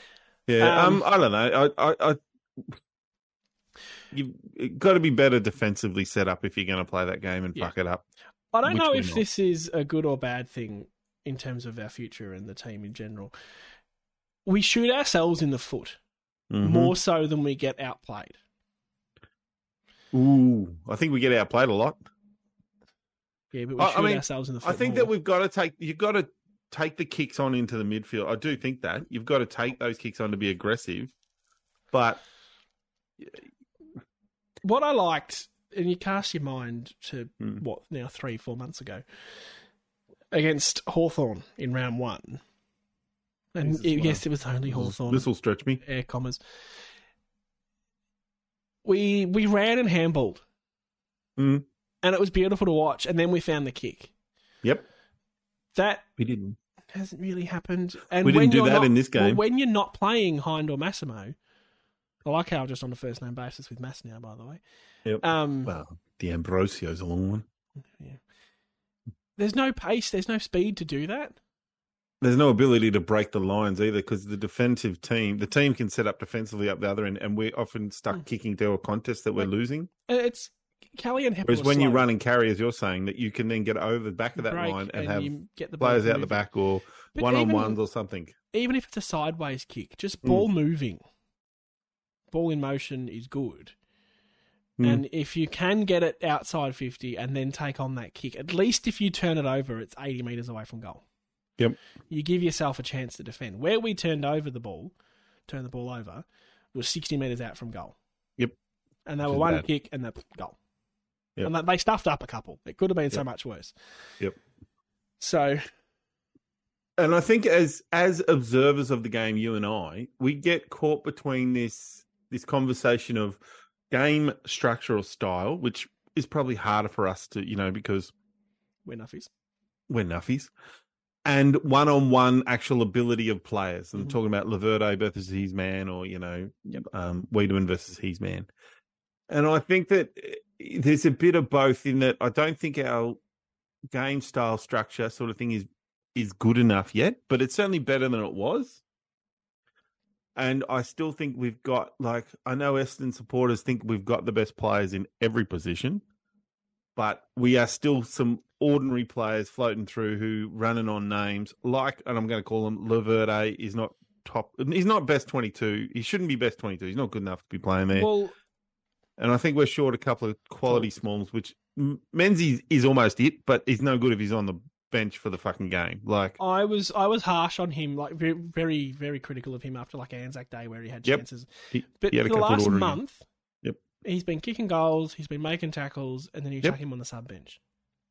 B: Yeah,
A: Um,
B: um, I don't know. I, I, I you've got to be better defensively set up if you're going to play that game and
A: Yeah.
B: fuck it up.
A: I don't
B: Which
A: know
B: we're
A: if
B: not.
A: this is a good or bad thing in terms of our future and the team in general. We shoot ourselves in the foot.
B: Mm-hmm.
A: more so than we get outplayed.
B: Ooh, I think we get outplayed a lot.
A: Yeah, but we
B: I- I
A: shoot
B: mean,
A: ourselves in the foot.
B: I think that
A: more.
B: we've got to take. You've got to take the kicks on into the midfield. I do think that you've got to take those kicks on to be aggressive. But
A: what I liked, and you cast your mind to
B: Mm.
A: what now three, four months ago against Hawthorn in round one, and
B: Jesus,
A: it-
B: wow.
A: yes, it was only
B: Mm-hmm.
A: Hawthorn.
B: this will stretch me.
A: air commas. We we ran and handballed,
B: Mm.
A: and it was beautiful to watch. And then we found the kick.
B: Yep,
A: That
B: we didn't.
A: hasn't really happened. And
B: We didn't
A: when
B: do
A: you're
B: that
A: not-
B: in this
A: well,
B: game.
A: when you're not playing Hind or Massimo, I like how I'm just on a first name basis with Mass now, by the way.
B: Yep.
A: Um,
B: Well, the Ambrosio's a long one.
A: there's no pace, there's no speed to do that.
B: There's no ability to break the lines either because the defensive team, the team can set up defensively up the other end, and we're often stuck
A: Mm.
B: kicking to a contest that we're
A: Like-
B: losing.
A: And Uh, It's Kelly and Heppel.
B: Whereas
A: are
B: when you
A: slow.
B: run and carry, as you're saying, that you can then get over the back of that
A: Break
B: line and, have
A: you get the ball
B: players out the
A: moving.
B: back or
A: But
B: one on
A: even-
B: ones or something.
A: Even if it's a sideways kick, just
B: Mm.
A: ball moving, ball in motion is good.
B: Mm.
A: And if you can get it outside 50 and then take on that kick, at least if you turn it over, it's 80 metres away from goal.
B: Yep.
A: You give yourself a chance to defend. Where we turned over the ball, turned the ball over, was 60 metres out from goal.
B: Yep.
A: And they
B: Which
A: were
B: is
A: one
B: bad.
A: kick and the goal.
B: Yep.
A: And they- they stuffed up a couple. It could have been so
B: Yep.
A: much worse.
B: Yep.
A: So,
B: and I think as as observers of the game, you and I, we get caught between this this conversation of game structure or style, which is probably harder for us to, you know, because
A: we're nuffies.
B: we're nuffies. And one on one actual ability of players. I'm
A: Mhm.
B: talking about Laverde versus his man or, you know, um, Wiedemann versus his man. And I think that eh, there's a bit of both in that I don't think our game style structure sort of thing is is good enough yet, but it's certainly better than it was. And I still think we've got like I know Essendon supporters think we've got the best players in every position, but we are still some ordinary players floating through who running on names like and I'm going to call him Laverde is not top. He's not best 22. He shouldn't be best 22. He's not good enough to be playing there.
A: Well,
B: and I think we're short a couple of quality smalls, which M- Menzies is almost it, but he's no good if he's on the bench for the fucking game. Like,
A: I was I was harsh on him, like very very, very critical of him after like Anzac Day where he had
B: Yep.
A: chances.
B: He-
A: but
B: he had a
A: for the
B: couple of
A: last
B: ordinary-
A: month,
B: Yep.
A: he's been kicking goals, he's been making tackles, and then you
B: Yep.
A: chuck him on the sub bench.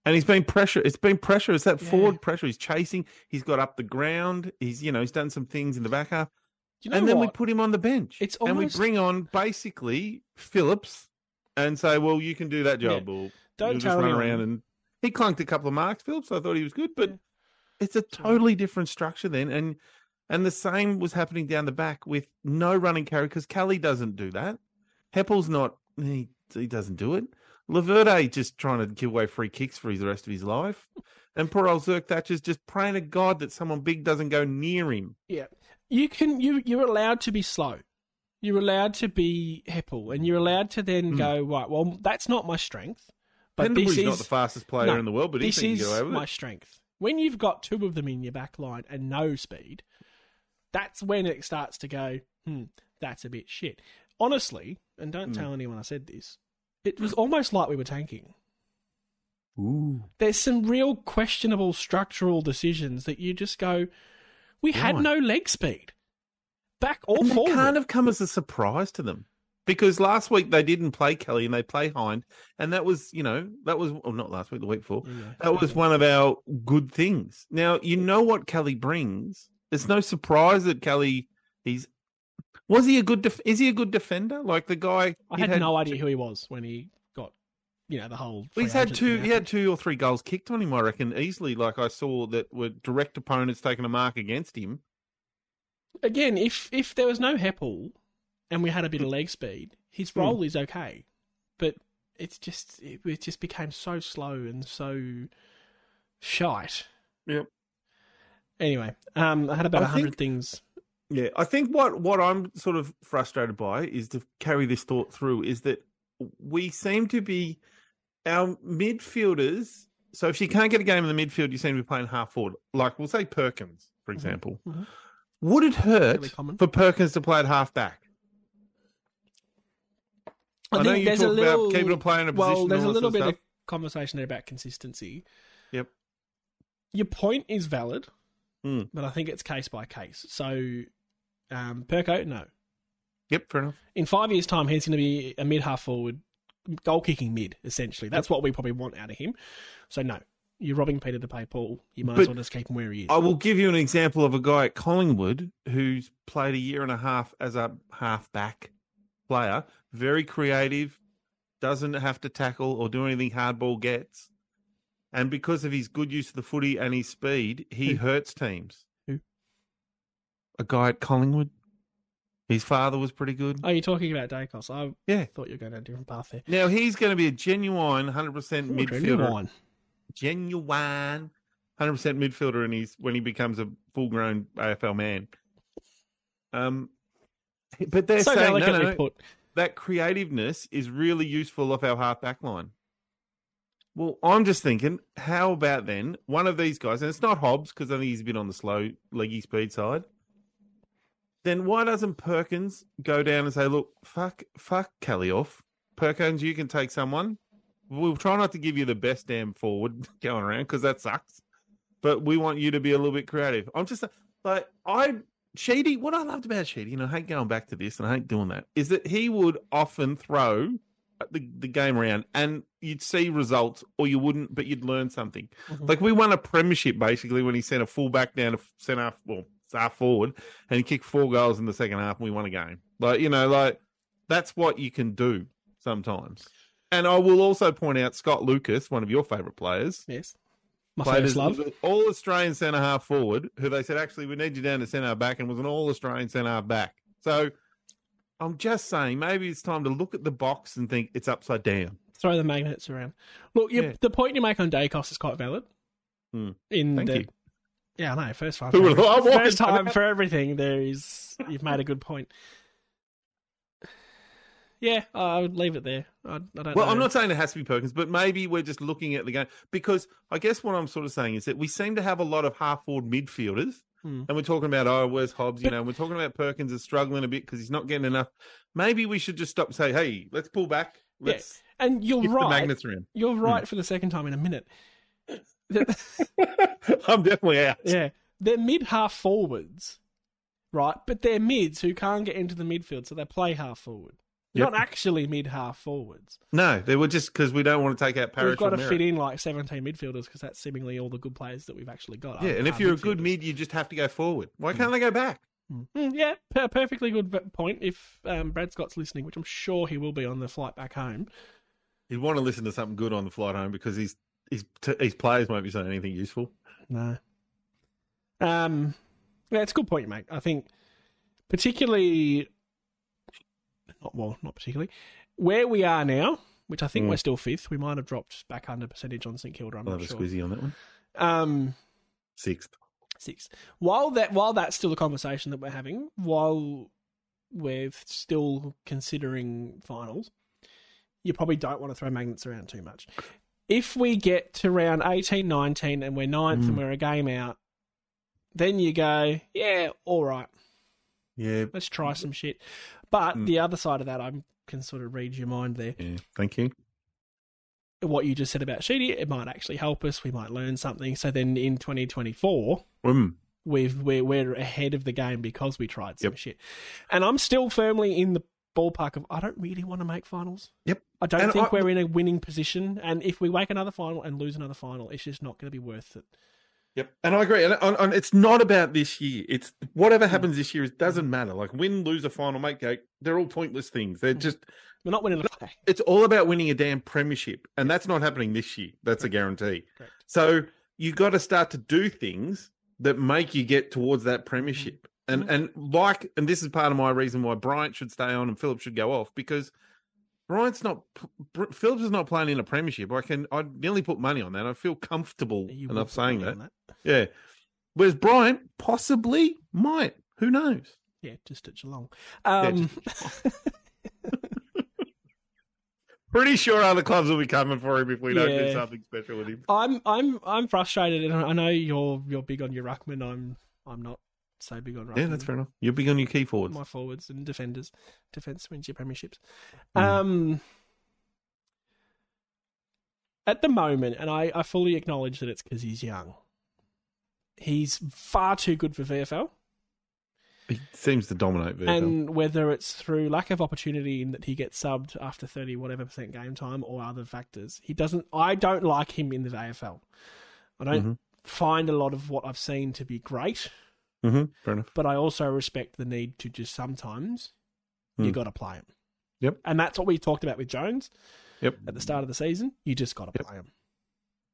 B: and he's been pressure. It's been pressure. It's that
A: Yeah.
B: forward pressure. He's chasing. He's got up the ground. He's you know he's done some things in the back half,
A: Do you know
B: and then we
A: what?
B: put him on the bench.
A: It's
B: and we
A: almost-
B: bring on basically Phillips, and say, well, you can do that job. Or
A: Don't tell
B: you'll just run
A: anyone.
B: around and he clunked a couple of marks, Phillips. I thought he was good, but
A: Yeah.
B: it's a totally different structure then, and and the same was happening down the back with no running carry because Kelly doesn't do that. Heppel's not he he doesn't do it. Laverde just trying to give away free kicks for his the rest of his life, and poor old Zirk Thatcher's just praying to God that someone big doesn't go near him.
A: you can you you're allowed to be slow. You're allowed to be heppel, and you're allowed to then
B: Hmm.
A: go right. Well, that's not my strength, but
B: Pendlebury's
A: this is
B: not the fastest player
A: No,
B: in the world, but he
A: this
B: can
A: is
B: go over
A: my
B: it.
A: strength. When you've got two of them in your back line and no speed, that's when it starts to go. Hmm, that's a bit shit. Honestly, and don't
B: Hmm.
A: tell anyone I said this. It was almost like we were tanking.
B: Ooh,
A: There's some real questionable structural decisions that you just go. We had
B: Right.
A: no leg speed, back or
B: And that
A: forward.
B: can't have come as a surprise to them because last week they didn't play Kelly and they play Hind, and that was you know that was well, not last week, the week before.
A: Yeah.
B: That was one of our good things. Now you know what Kelly brings. It's no surprise that Kelly he's was he a good def- is he a good defender? Like the guy
A: I
B: he'd
A: had, no idea who he was when he got, you know, the whole.
B: He's
A: free
B: had
A: agent
B: two
A: thing
B: he had two or three goals kicked on him, I reckon, easily. Like I saw that were direct opponents taking a mark against him.
A: happen. Again, if if there was no Heppel, and we had a bit of leg speed, his
B: Hmm.
A: role is okay, but it's just it, it just became so slow and so shite.
B: Yep.
A: Anyway, um, I had about
B: I
A: a hundred
B: think-
A: things.
B: Yeah, I think what what I'm sort of frustrated by is to carry this thought through is that we seem to be our midfielders. So if you can't get a game in the midfield, you seem to be playing half forward. Like we'll say Perkins, for
A: Mhm,
B: example.
A: mhm.
B: Would it hurt
A: Really common.
B: for Perkins to play at half back? I, know you
A: there's
B: talk
A: a little,
B: about keeping a player in a position.
A: well, there's
B: and
A: a
B: all that
A: little
B: sort
A: bit
B: of
A: of
B: stuff.
A: conversation there about consistency.
B: Yep.
A: Your point is valid,
B: Mm.
A: but I think it's case by case. So, um, Perko, no.
B: Yep, fair enough.
A: In five years' time, he's going to be a mid half forward, goal kicking mid, essentially. That's what we probably want out of him. So, no. You're robbing Peter to pay Paul. You might as
B: But-
A: well just keep him where he is.
B: I will give you an example of a guy at Collingwood who's played a year and a half as a half back player, very creative, doesn't have to tackle or do anything hardball gets. And because of his good use of the footy and his speed, he
A: Who?
B: hurts teams.
A: Who?
B: A guy at Collingwood. His father was pretty good.
A: Oh, you're talking about Dacos. I
B: Yeah.
A: thought you were going down a different path there.
B: Now he's going to be a genuine 100% midfielder.
A: Genuine.
B: genuine 100% midfielder and he's when he becomes a full-grown AFL man. Um but they're
A: So
B: saying no,
A: delicately
B: no, no,
A: put.
B: that creativeness is really useful off our half back line. Well, I'm just thinking, how about then one of these guys, and it's not Hobbs because I think he's been on the slow leggy speed side. Then why doesn't Perkins go down and say, look, fuck, fuck Kelly off. Perkins, you can take someone. We'll try not to give you the best damn forward *laughs* going around because that sucks. But we want you to be a little bit creative. I'm just like, I Sheedy, what I loved about Sheedy, and I hate going back to this and I hate doing that, is that he would often throw the, the game around and you'd see results or you wouldn't, but you'd learn something.
A: Mhm.
B: Like we won a premiership basically when he sent a fullback down to centre half, well, half forward and he kicked four goals in the second half and we won a game. Like, you know, like that's what you can do sometimes. And I will also point out Scott Lucas, one of your favourite players,
A: Yes. My
B: played
A: first
B: as
A: love.
B: an all Australian centre half forward, who they said actually we need you down to centre half back, and was an all Australian centre half back. So I'm just saying, maybe it's time to look at the box and think it's upside down.
A: throw the magnets around. Look, you
B: Yeah.
A: the point you make on Dacos is quite valid.
B: Hmm.
A: In
B: Thank
A: that
B: you.
A: Yeah, I know. First time.
B: Who
A: for
B: would have *laughs*
A: every-
B: thought?
A: First time for everything. There is. You've made a good point. Yeah, I would leave it there. I, I don't.
B: Well,
A: know.
B: I'm not saying it has to be Perkins, but maybe we're just looking at the game because I guess what I'm sort of saying is that we seem to have a lot of half forward midfielders,
A: Hmm.
B: and we're talking about oh, where's Hobbs? You
A: But-
B: know, and we're talking about Perkins is struggling a bit because he's not getting enough. Maybe we should just stop and say, hey, let's pull back.
A: Yeah,
B: Let's
A: And you're
B: shift the
A: right.
B: magnets Hmm. around.
A: You're right for the second time in a minute.
B: *laughs* I'm definitely out.
A: *laughs* Yeah. They're mid half forwards, right? But they're mids who can't get into the midfield, so they play half forward. They're
B: Yep.
A: Not actually mid half forwards.
B: No, they were just because we don't want to take out Parrish.
A: we've got to
B: or Merritt.
A: fit in like 17 midfielders because that's seemingly all the good players that we've actually got.
B: Yeah,
A: are- are
B: and if you're a good
A: midfielders.
B: mid, you just have to go forward. Why can't they go back?
A: Mm. Mm, yeah, per- perfectly good v- point. If um, Brad Scott's listening, which I'm sure he will be on the flight back home.
B: He'd want to listen to something good on the flight home because his his t- his players won't be saying anything useful.
A: No. Um, yeah, it's a good point you make. I think, particularly, not well, not particularly, where we are now, which I think
B: Mm.
A: we're still fifth. We might have dropped back under percentage on St Kilda. I'm
B: I'll
A: not
B: have a
A: sure.
B: squizzy on that one.
A: Um,
B: Sixth.
A: six. While that while that's still a conversation that we're having, while we're still considering finals, you probably don't want to throw magnets around too much. If we get to round 18, 19 and we're ninth and
B: Mm.
A: we're a game out, then you go, yeah, all right,
B: Yeah.
A: let's try some shit. But
B: Mm.
A: the other side of that, I can sort of read your mind there.
B: Yeah. Thank you.
A: What you just said about Sheedy, it might actually help us. We might learn something. So then in 2024,
B: Mm.
A: we've we're, we're ahead of the game because we tried some
B: Yep.
A: shit. And I'm still firmly in the ballpark of I don't really want to make finals.
B: Yep.
A: I don't
B: And
A: think
B: I-
A: we're in a winning position. And if we make another final and lose another final, it's just not going to be worth it.
B: Yep. And I agree. And, and, and it's not about this year. It's whatever happens this year. It
A: Mm.
B: doesn't matter. Like win, lose, a final, make go. They're all pointless things. They're
A: Mm.
B: just.
A: We're not winning a play.
B: It's all about winning a damn premiership, and that's not happening this year. That's a guarantee.
A: Correct.
B: So you got to start to do things that make you get towards that premiership. And and like, and this is part of my reason why Bryant should stay on and Phillips should go off because Bryant's not Br- Phillips is not playing in a premiership. I can I nearly put money on that. I feel comfortable
A: You will
B: enough
A: put
B: saying
A: money
B: that.
A: on
B: Yeah. Whereas Bryant possibly might. Who knows?
A: Yeah, just at Geelong.
B: Yeah,
A: Um,
B: Pretty sure other clubs will be coming for him if we don't do
A: Yeah.
B: something special with him.
A: I'm I'm I'm frustrated, and I know you're you're big on your ruckman. I'm I'm not so big on ruckman.
B: Yeah, that's fair enough. You're big on your key forwards.
A: my forwards and defenders, defense wins your premierships.
B: Mm.
A: Um, at the moment, and I, I fully acknowledge that it's because he's young. He's far too good for VFL,
B: He seems to dominate VFL.
A: and whether it's through lack of opportunity in that he gets subbed after thirty whatever percent game time or other factors, he doesn't. I don't like him in the VFL. I don't
B: Mhm.
A: find a lot of what I've seen to be great,
B: Mhm, Fair enough.
A: but I also respect the need to just sometimes you
B: Hmm.
A: got to play him.
B: Yep.
A: And that's what we talked about with Jones
B: Yep.
A: at the start of the season. You just got to
B: Yep.
A: play him.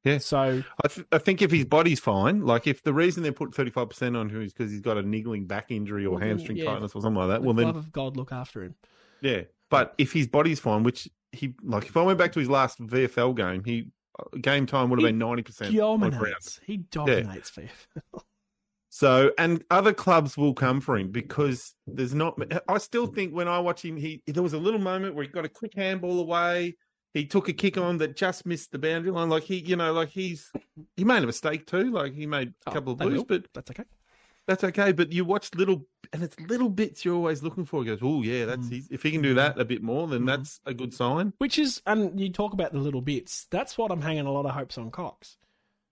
B: Yeah.
A: So
B: I, th- I think if his body's fine, like if the reason they put 35% on him is because he's got a niggling back injury or
A: Well, then,
B: hamstring
A: yeah.
B: tightness or something like that,
A: with
B: well,
A: the
B: then,
A: love of God, look after him.
B: yeah. But if his body's fine, which he, like, if I went back to his last VFL game, he, uh, game time would have
A: He
B: been 90%. on the ground.
A: Dominates. He dominates yeah.
B: So, and other clubs will come for him because there's not. I still think when I watch him, he there was a little moment where he got a quick handball away. He took a kick on that just missed the boundary line. Like he, you know, like he's he made a mistake too. Like he made a
A: Oh,
B: couple of
A: they
B: blues,
A: will.
B: but
A: *laughs* That's okay.
B: that's okay. But you watch little, and it's little bits you're always looking for. He goes, oh yeah, that's
A: Mm.
B: he's, if he can do that a bit more, then
A: Mhm.
B: that's a good sign.
A: Which is, and you talk about the little bits. That's what I'm hanging a lot of hopes on Cox.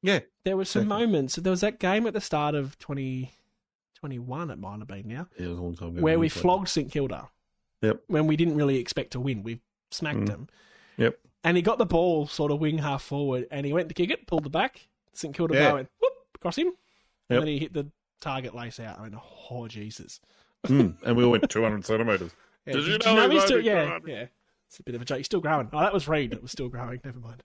B: Yeah.
A: There were some
B: Exactly.
A: moments. There was that game at the start of 2021, it might have been now,
B: It was a long time
A: where we flogged St Kilda.
B: Yep.
A: When we didn't really expect to win, we smacked
B: Mm.
A: them.
B: Yep.
A: And he got the ball sort of wing half forward, and he went to kick it, pulled the back. St Kilda
B: Yeah.
A: going whoop across him,
B: Yep.
A: and then he hit the target lace out. I mean, oh Jesus!
B: Mm, and we all went 200 *laughs* centimeters.
A: Yeah,
B: Did you
A: you
B: know
A: know
B: he
A: he's still,
B: won't be
A: yeah,
B: growing?
A: yeah. It's a bit of a joke. He's still growing. Oh, that was Reed that was still growing. Never mind.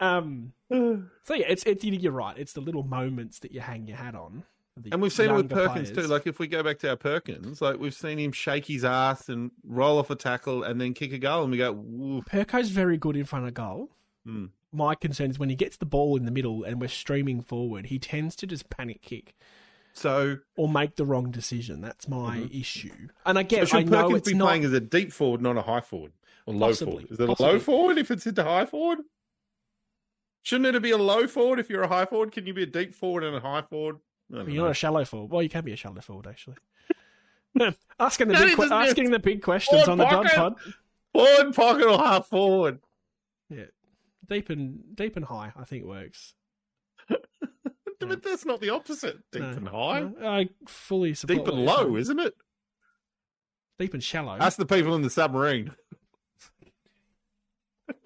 A: Um.
B: and
A: So yeah, it's it's you're right. It's the little moments that you hang your hat on. the
B: we've seen it with
A: younger
B: Perkins too.
A: players.
B: Like if we go back to our Perkins, like we've seen him shake his ass and roll off a tackle and then kick a goal, and we go, Woof.
A: Perko's very good in front of goal.
B: Mm.
A: my concern is when he gets the ball in the middle and we're streaming forward, he tends to just panic kick
B: So,
A: or make the wrong decision. That's my issue. And I
B: so
A: get, I
B: should
A: know
B: Mm-hmm. Perkins
A: it's
B: be
A: not.
B: playing as a deep forward, not a high forward or low
A: Possibly,
B: forward? Is it a
A: possibly.
B: low forward if it's into high forward? Shouldn't it be a low forward if you're a high forward? Can you be a deep forward and a high forward? I don't
A: You're not
B: know.
A: a shallow forward. Well, you can be a shallow forward actually. *laughs* asking the
B: That
A: big,
B: is
A: que-
B: a myth.
A: asking the big questions
B: Or
A: on the Dod
B: pocket.
A: Pod.
B: Forward pocket or half forward?
A: Deep and deep and high, I think works. Yeah.
B: But that's not the opposite. Deep
A: No.
B: and high.
A: I, I fully support.
B: Deep
A: what
B: and
A: you're
B: low,
A: saying.
B: isn't it?
A: deep and shallow.
B: Ask the people in the submarine. *laughs*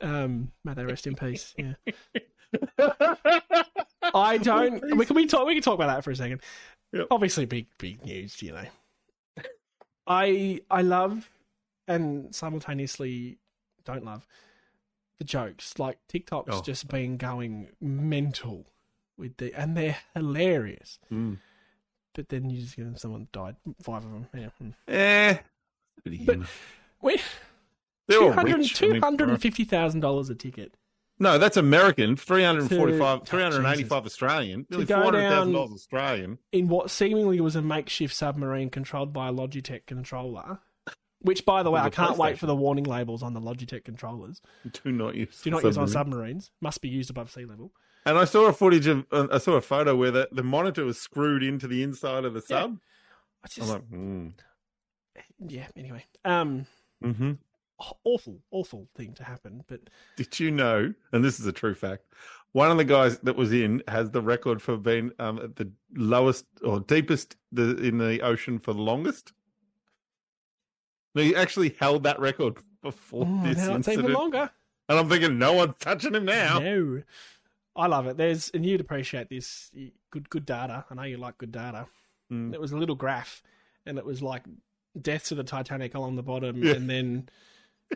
A: Um, may they rest in
B: *laughs*
A: peace. Yeah.
B: yeah, *laughs*
A: I don't. we can we talk. We can talk about that for a second.
B: Yep.
A: Obviously, big big news. You know, I I love and simultaneously don't love the jokes. Like TikTok's
B: Oh.
A: just been going mental with the and they're hilarious. But then you just get someone died. Five of them. Yeah. mm. We
B: Eh. they're all rich. I mean,
A: two hundred and fifty thousand dollars a ticket.
B: no, that's American. 345,
A: To-
B: 385 Australian. Nearly
A: go down-
B: $400,000 Australian.
A: in what seemingly was a makeshift submarine controlled by a Logitech controller. Which, by the way,
B: With
A: I
B: a
A: can't wait for
B: PlayStation.
A: the warning labels on the Logitech controllers.
B: Do not use.
A: Do not use on
B: submarine.
A: submarines. Must be used above sea level.
B: And I saw a footage of, uh, I saw a photo where the, the monitor was screwed into the inside of the
A: Yeah.
B: sub.
A: I just,
B: I'm like, mm.
A: yeah. Anyway, um,
B: hmm
A: awful, awful thing to happen. But
B: Did you know? And this is a true fact. One of the guys that was in has the record for being um, at the lowest or deepest the, in the ocean for the longest. No, He actually held that record before
A: Mm,
B: this
A: now it's even
B: incident.
A: longer.
B: And I'm thinking, no one's touching him now.
A: No, I love it. There's, and you'd appreciate this. You- Good, good data. I know you like good data.
B: Mm.
A: It was a little graph, and it was like deaths of the Titanic along the bottom,
B: Yeah.
A: and then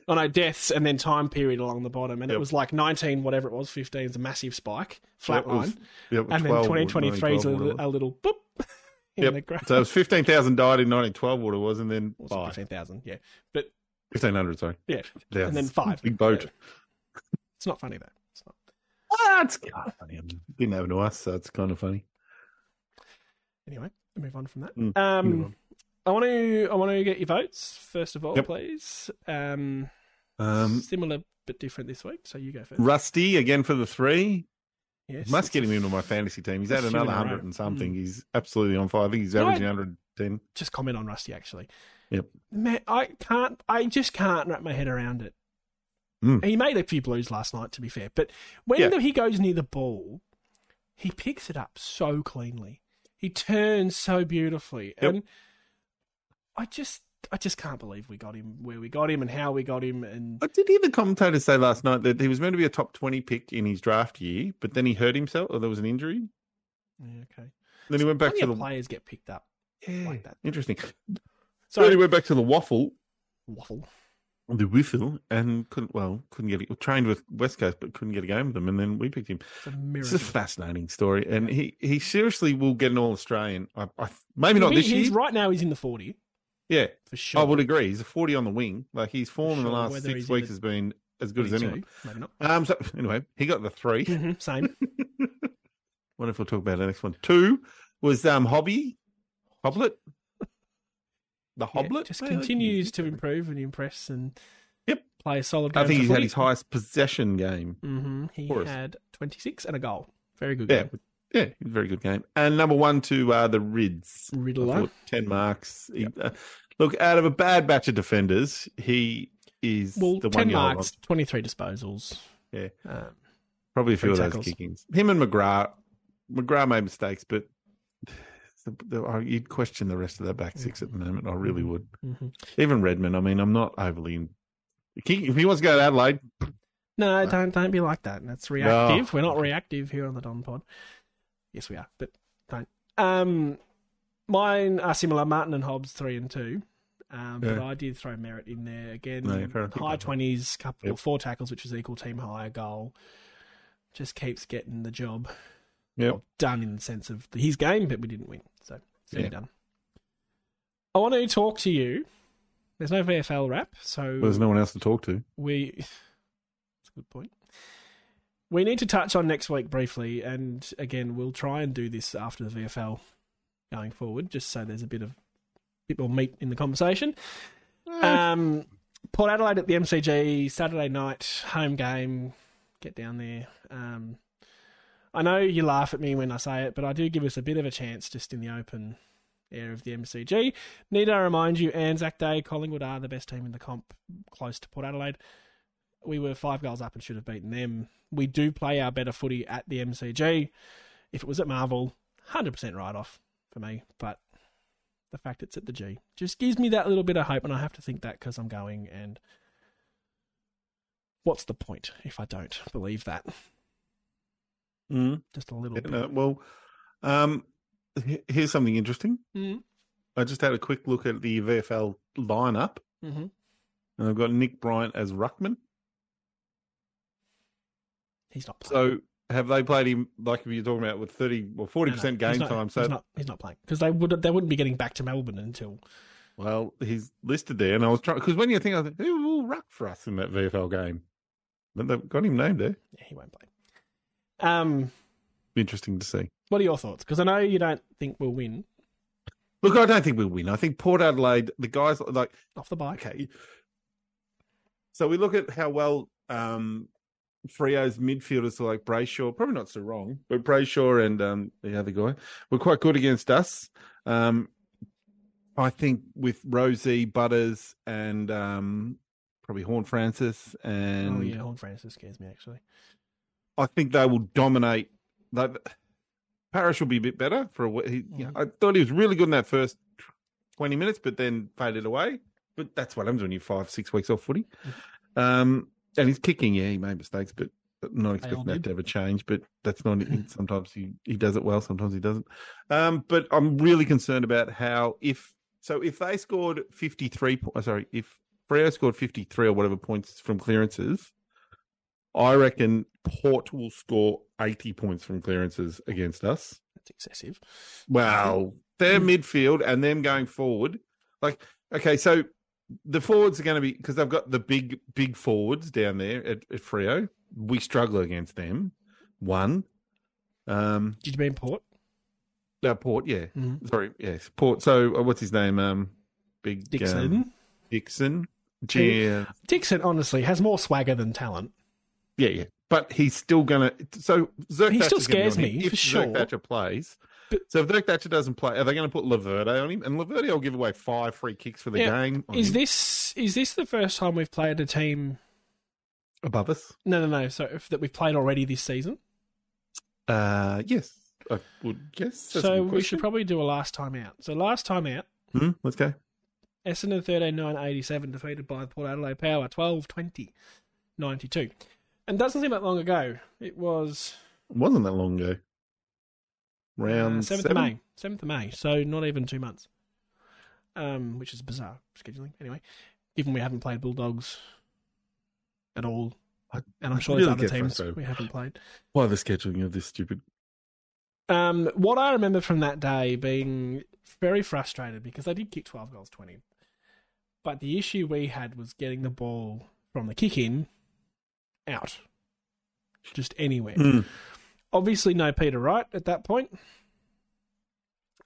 A: oh no, deaths, and then time period along the bottom, and it
B: Yep.
A: was like nineteen, whatever it was, fifteen is a massive spike, flat
B: Well, it was-
A: line,
B: Yep,
A: and
B: 12
A: then
B: or
A: twenty twenty three is a
B: 1912,
A: little,
B: whatever.
A: a little boop *laughs* in
B: Yep.
A: the graph.
B: So it was 15,000 died in 1912, what it was, and then five.
A: fifteen thousand, yeah, but
B: 1,500, sorry.
A: yeah, and then
B: Thousands.
A: five.
B: Big boat.
A: Yeah. It's not funny though. It's not.
B: Ah, it's kind of funny. It didn't happen to us, so it's kind of funny.
A: Anyway, we'll move on from that.
B: Mm,
A: um,
B: move on.
A: I want to I want to get your votes first of all,
B: Yep.
A: please. Um,
B: Um,
A: similar but different this week, so you go first.
B: Rusty again for the three.
A: Yes,
B: Must
A: it's
B: get
A: a
B: him into my fantasy team. He's had
A: Few in
B: another
A: a Mm. row.
B: hundred and something. He's absolutely on fire. I think he's
A: Yeah, I-
B: averaging hundred ten.
A: just comment on Rusty actually.
B: Yep.
A: Man, I can't. I just can't wrap my head around it.
B: Mm.
A: He made a few blues last night, to be fair, but when
B: Yeah.
A: the, he goes near the ball, he picks it up so cleanly. He turns so beautifully,
B: Yep.
A: and I just, I just can't believe we got him where we got him and how we got him. And
B: I did hear the commentator say last night that he was meant to be a top twenty pick in his draft year, but then he hurt himself or there was an injury.
A: yeah, okay,
B: Then he went back
A: plenty
B: to
A: of
B: the
A: players get picked up.
B: yeah,
A: like that.
B: interesting. So then he
A: So
B: went back to the waffle,
A: waffle.
B: the wiffle, and couldn't well couldn't get it. Trained with West Coast, but couldn't get a game with them, and then we picked him.
A: It's a
B: It's
A: miracle.
B: a fascinating story, and he he seriously will get an All Australian. I, I maybe not
A: He-
B: this
A: he's
B: year.
A: right now. He's in the forty
B: Yeah,
A: for sure.
B: I would agree. He's a forty on the wing. Like his form in the
A: Sure,
B: last
A: whether he's
B: six
A: in
B: weeks
A: the-
B: has been as good as
A: 22,
B: anyone.
A: Maybe not.
B: Um. So *laughs* anyway, he got the three.
A: Mhm, Same.
B: Wonder if we'll talk about the next one. Two was um hobby, hoblet, the
A: Yeah,
B: hoblet
A: just
B: Well, I can
A: continues
B: use
A: to
B: that.
A: improve and impress and
B: Yep.
A: play a solid game.
B: I think he's had his highest possession game.
A: hmm He
B: Chorus.
A: had 26 and a goal. Very good
B: Yeah,
A: game.
B: yeah, very good game. And number one to uh, the Rids. I
A: Riddler.
B: thought Ten marks. He- uh, look, out of a bad batch of defenders, he is
A: Well,
B: the
A: 10
B: one you hold on
A: marks, 23 disposals.
B: Yeah.
A: Um,
B: Probably a few
A: Three
B: of
A: tackles.
B: those kickings. Him and McGrath. McGrath made mistakes, but the, the, I- you'd question the rest of that back six at the moment. I really would.
A: mhm.
B: Even Redmond. I mean, I'm not overly. In, he, if he wants to go to Adelaide,
A: No, don't don't be like that. That's reactive. We're not reactive here on the Don Pod. Yes, we are, but don't. Um, mine are similar. Martin and Hobbs, three and two. Um, But
B: Yeah.
A: I did throw merit in there again.
B: No, fair enough.
A: high twenties, couple
B: Yep.
A: four tackles, which was equal team high a goal. Just keeps getting the job
B: Yep.
A: done in the sense of his game, but we didn't win, so it's nearly
B: Yeah.
A: done. I want to talk to you. There's no VFL wrap, so *sighs*
B: there's no one else to talk to.
A: we Good point. We need to touch on next week briefly, and again, we'll try and do this after the VFL going forward, just so there's a bit of bit more meat in the conversation. Um, Port Adelaide at the MCG Saturday night home game. Get down there. Um, I know you laugh at me when I say it, but I do give us a bit of a chance just in the open air of the MCG. Need I remind you, Anzac Day, Collingwood are the best team in the comp, close to Port Adelaide. We were five goals up and should have beaten them. We do play our better footy at the MCG. If it was at Marvel, 100% write off for me, but the fact it's at the G just gives me that little bit of hope, and I have to think that because I'm going. And what's the point if I don't believe that?
B: Mm.
A: Just a little
B: Yeah,
A: bit.
B: no, well, um, he- here's something interesting.
A: Mm.
B: I just had a quick look at the VFL lineup,
A: hmm
B: and I've got Nick Bryant as ruckman.
A: He's not playing.
B: So have they played him like you're talking about with thirty or forty
A: No, no,
B: percent
A: he's
B: game
A: not-
B: time?
A: he's
B: So
A: not, he's not playing because they would they wouldn't be getting back to Melbourne until
B: well, he's listed there, and I was trying because when you think I think who will ruck for us in that VFL game, but they've got him named there.
A: yeah, he won't play. Um,
B: Interesting to see.
A: what are your thoughts? Because I know you don't think we'll win
B: Look, I don't think we'll win. I think Port Adelaide, the guys like
A: off the bike.
B: okay. So we look at how well um Frio's midfielders are like Brayshaw, probably not so wrong, but Brayshaw and um the other guy were quite good against us. Um I think with Rosie Butters and um probably Horn Francis and
A: oh yeah, Horn Francis scares me actually.
B: I think they will dominate. Like, Parrish will be a bit better for a wh- he, you know, I thought he was really good in that first twenty minutes, but then faded away. But that's what happens when you're five, six weeks off footy. Um, and he's kicking. Yeah, he made mistakes, but not expecting that
A: did.
B: to have a change. But that's not. sometimes he he does it well. Sometimes he doesn't. Um, but I'm really concerned about how if so if they scored 53 po- oh, sorry if Freo scored 53 or whatever points from clearances, I reckon Port will score 80 points from clearances against us.
A: That's excessive.
B: Wow. Their midfield and them going forward. Like, okay, so the forwards are going to be because they've got the big, big forwards down there at, at Frio. We struggle against them. One. Um,
A: Did you be in Port?
B: uh, Port, yeah.
A: Mhm.
B: Sorry, yes, Port. So uh, what's his name? Um, big
A: Dixon.
B: um, Dixon. uh,
A: He-
B: Yeah,
A: Dixon honestly has more swagger than talent.
B: yeah, yeah. But he's still gonna. So Zerk
A: He still
B: Thatcher's gonna be
A: scares
B: on him
A: me,
B: if
A: for
B: Zerk
A: sure.
B: Thatcher plays.
A: But-
B: so if Zerk Thatcher doesn't play, are they going to put Laverde on him? And Laverde will give away five free kicks for the
A: Yeah.
B: game. on
A: Is
B: him.
A: this is this the first time we've played a team?
B: above us?
A: No, no, no. So if, that we've played already this season.
B: Uh, yes, I would guess. That's a
A: so
B: good
A: we should
B: question.
A: probably do a last time out. So last time out,
B: Hmm, let's go.
A: Essendon 13-9-87 defeated by the Port Adelaide Power 12-20-92. And doesn't seem that long ago. It was
B: It wasn't that long ago. Round
A: uh, 7th
B: seven?
A: of May. 7th of May. So not even two months. Um, which is bizarre scheduling. Anyway, given we haven't played Bulldogs at all.
B: I-
A: and I'm
B: I
A: sure there's
B: really
A: other
B: get
A: teams
B: frustrated.
A: we haven't played.
B: Why the scheduling of this stupid?
A: Um, what I remember from that day being very frustrated because they did kick 12 goals 20. But the issue we had was getting the ball from the kick in out, just anywhere.
B: Hmm.
A: Obviously, no Peter Wright at that point.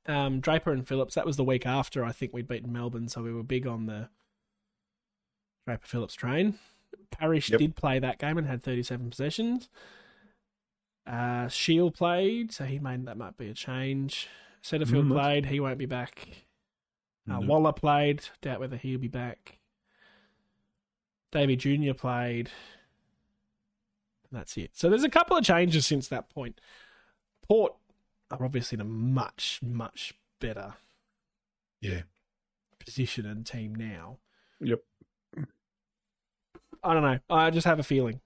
A: Um, Draper and Phillips, that was the week after I think we'd beaten Melbourne, so we were big on the Draper Phillips train. Parrish
B: Yep.
A: did play that game and had 37 possessions. Uh, Shield played, so he made that might be a change. Setterfield
B: Mm, that's-
A: played, he won't be back. Uh,
B: No.
A: Waller played, doubt whether he'll be back. Davy Jr. played. And that's it. So there's a couple of changes since that point. Port are obviously in a much, much better
B: Yeah.
A: position and team now.
B: Yep.
A: I don't know. I just have a feeling.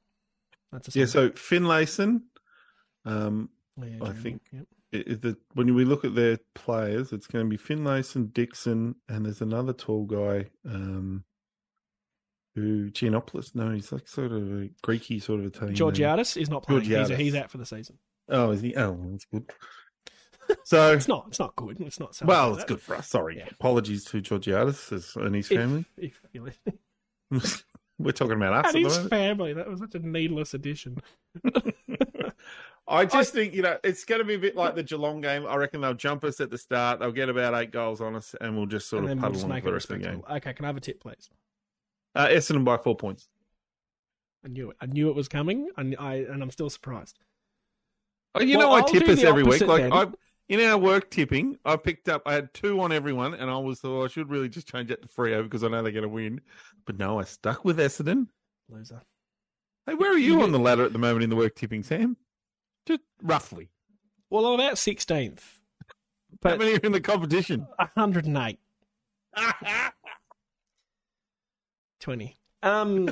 A: That's a
B: Yeah. So Finlayson. Um,
A: Yeah,
B: I
A: Jeremy,
B: think-
A: yep.
B: it- it- the, when we look at their players, it's going to be Finlayson, Dixon, and there's another tall guy um, who Giannopoulos. No, he's like sort of a Greeky sort of Italian. name.
A: Georgiadis is not playing. He's,
B: Georgiadis.
A: he's out for the season.
B: Oh, is he? Oh, that's good.
A: *laughs*
B: So,
A: It's not. It's not good. It's not. selling
B: well,
A: for
B: it's
A: that.
B: good for us. Sorry,
A: Yeah.
B: apologies to Georgiadis and his
A: If-
B: family. *laughs*
A: If, you're listening.
B: We're talking about us.
A: And
B: at the
A: his
B: moment.
A: family. That was such a needless addition. *laughs*
B: I just think, you know, it's going to be a bit like the Geelong game. I reckon they'll jump us at the start. They'll get about eight goals on us, and we'll just sort
A: and
B: of
A: then we'll
B: puddle
A: just
B: on
A: make
B: for
A: it
B: the rest of the game.
A: respectable. Okay, can I have a tip, please?
B: Uh, Essendon by four points.
A: I knew it. I knew it was coming, and I and I'm still surprised.
B: Oh, you
A: Well,
B: know, I
A: I'll
B: tip
A: do
B: us
A: the
B: every week.
A: opposite
B: Like
A: then.
B: I, in our work tipping, I picked up. I had two on everyone, and I was thought "Oh, I should really just change that to three over because I know they're going to win. But no, I stuck with Essendon.
A: Loser.
B: Hey, where are you on the ladder at the moment in the work tipping, Sam? Just roughly.
A: Well, I'm about 16th,
B: How
A: but
B: many are in
A: *laughs*
B: the competition?
A: 108, 20. Um,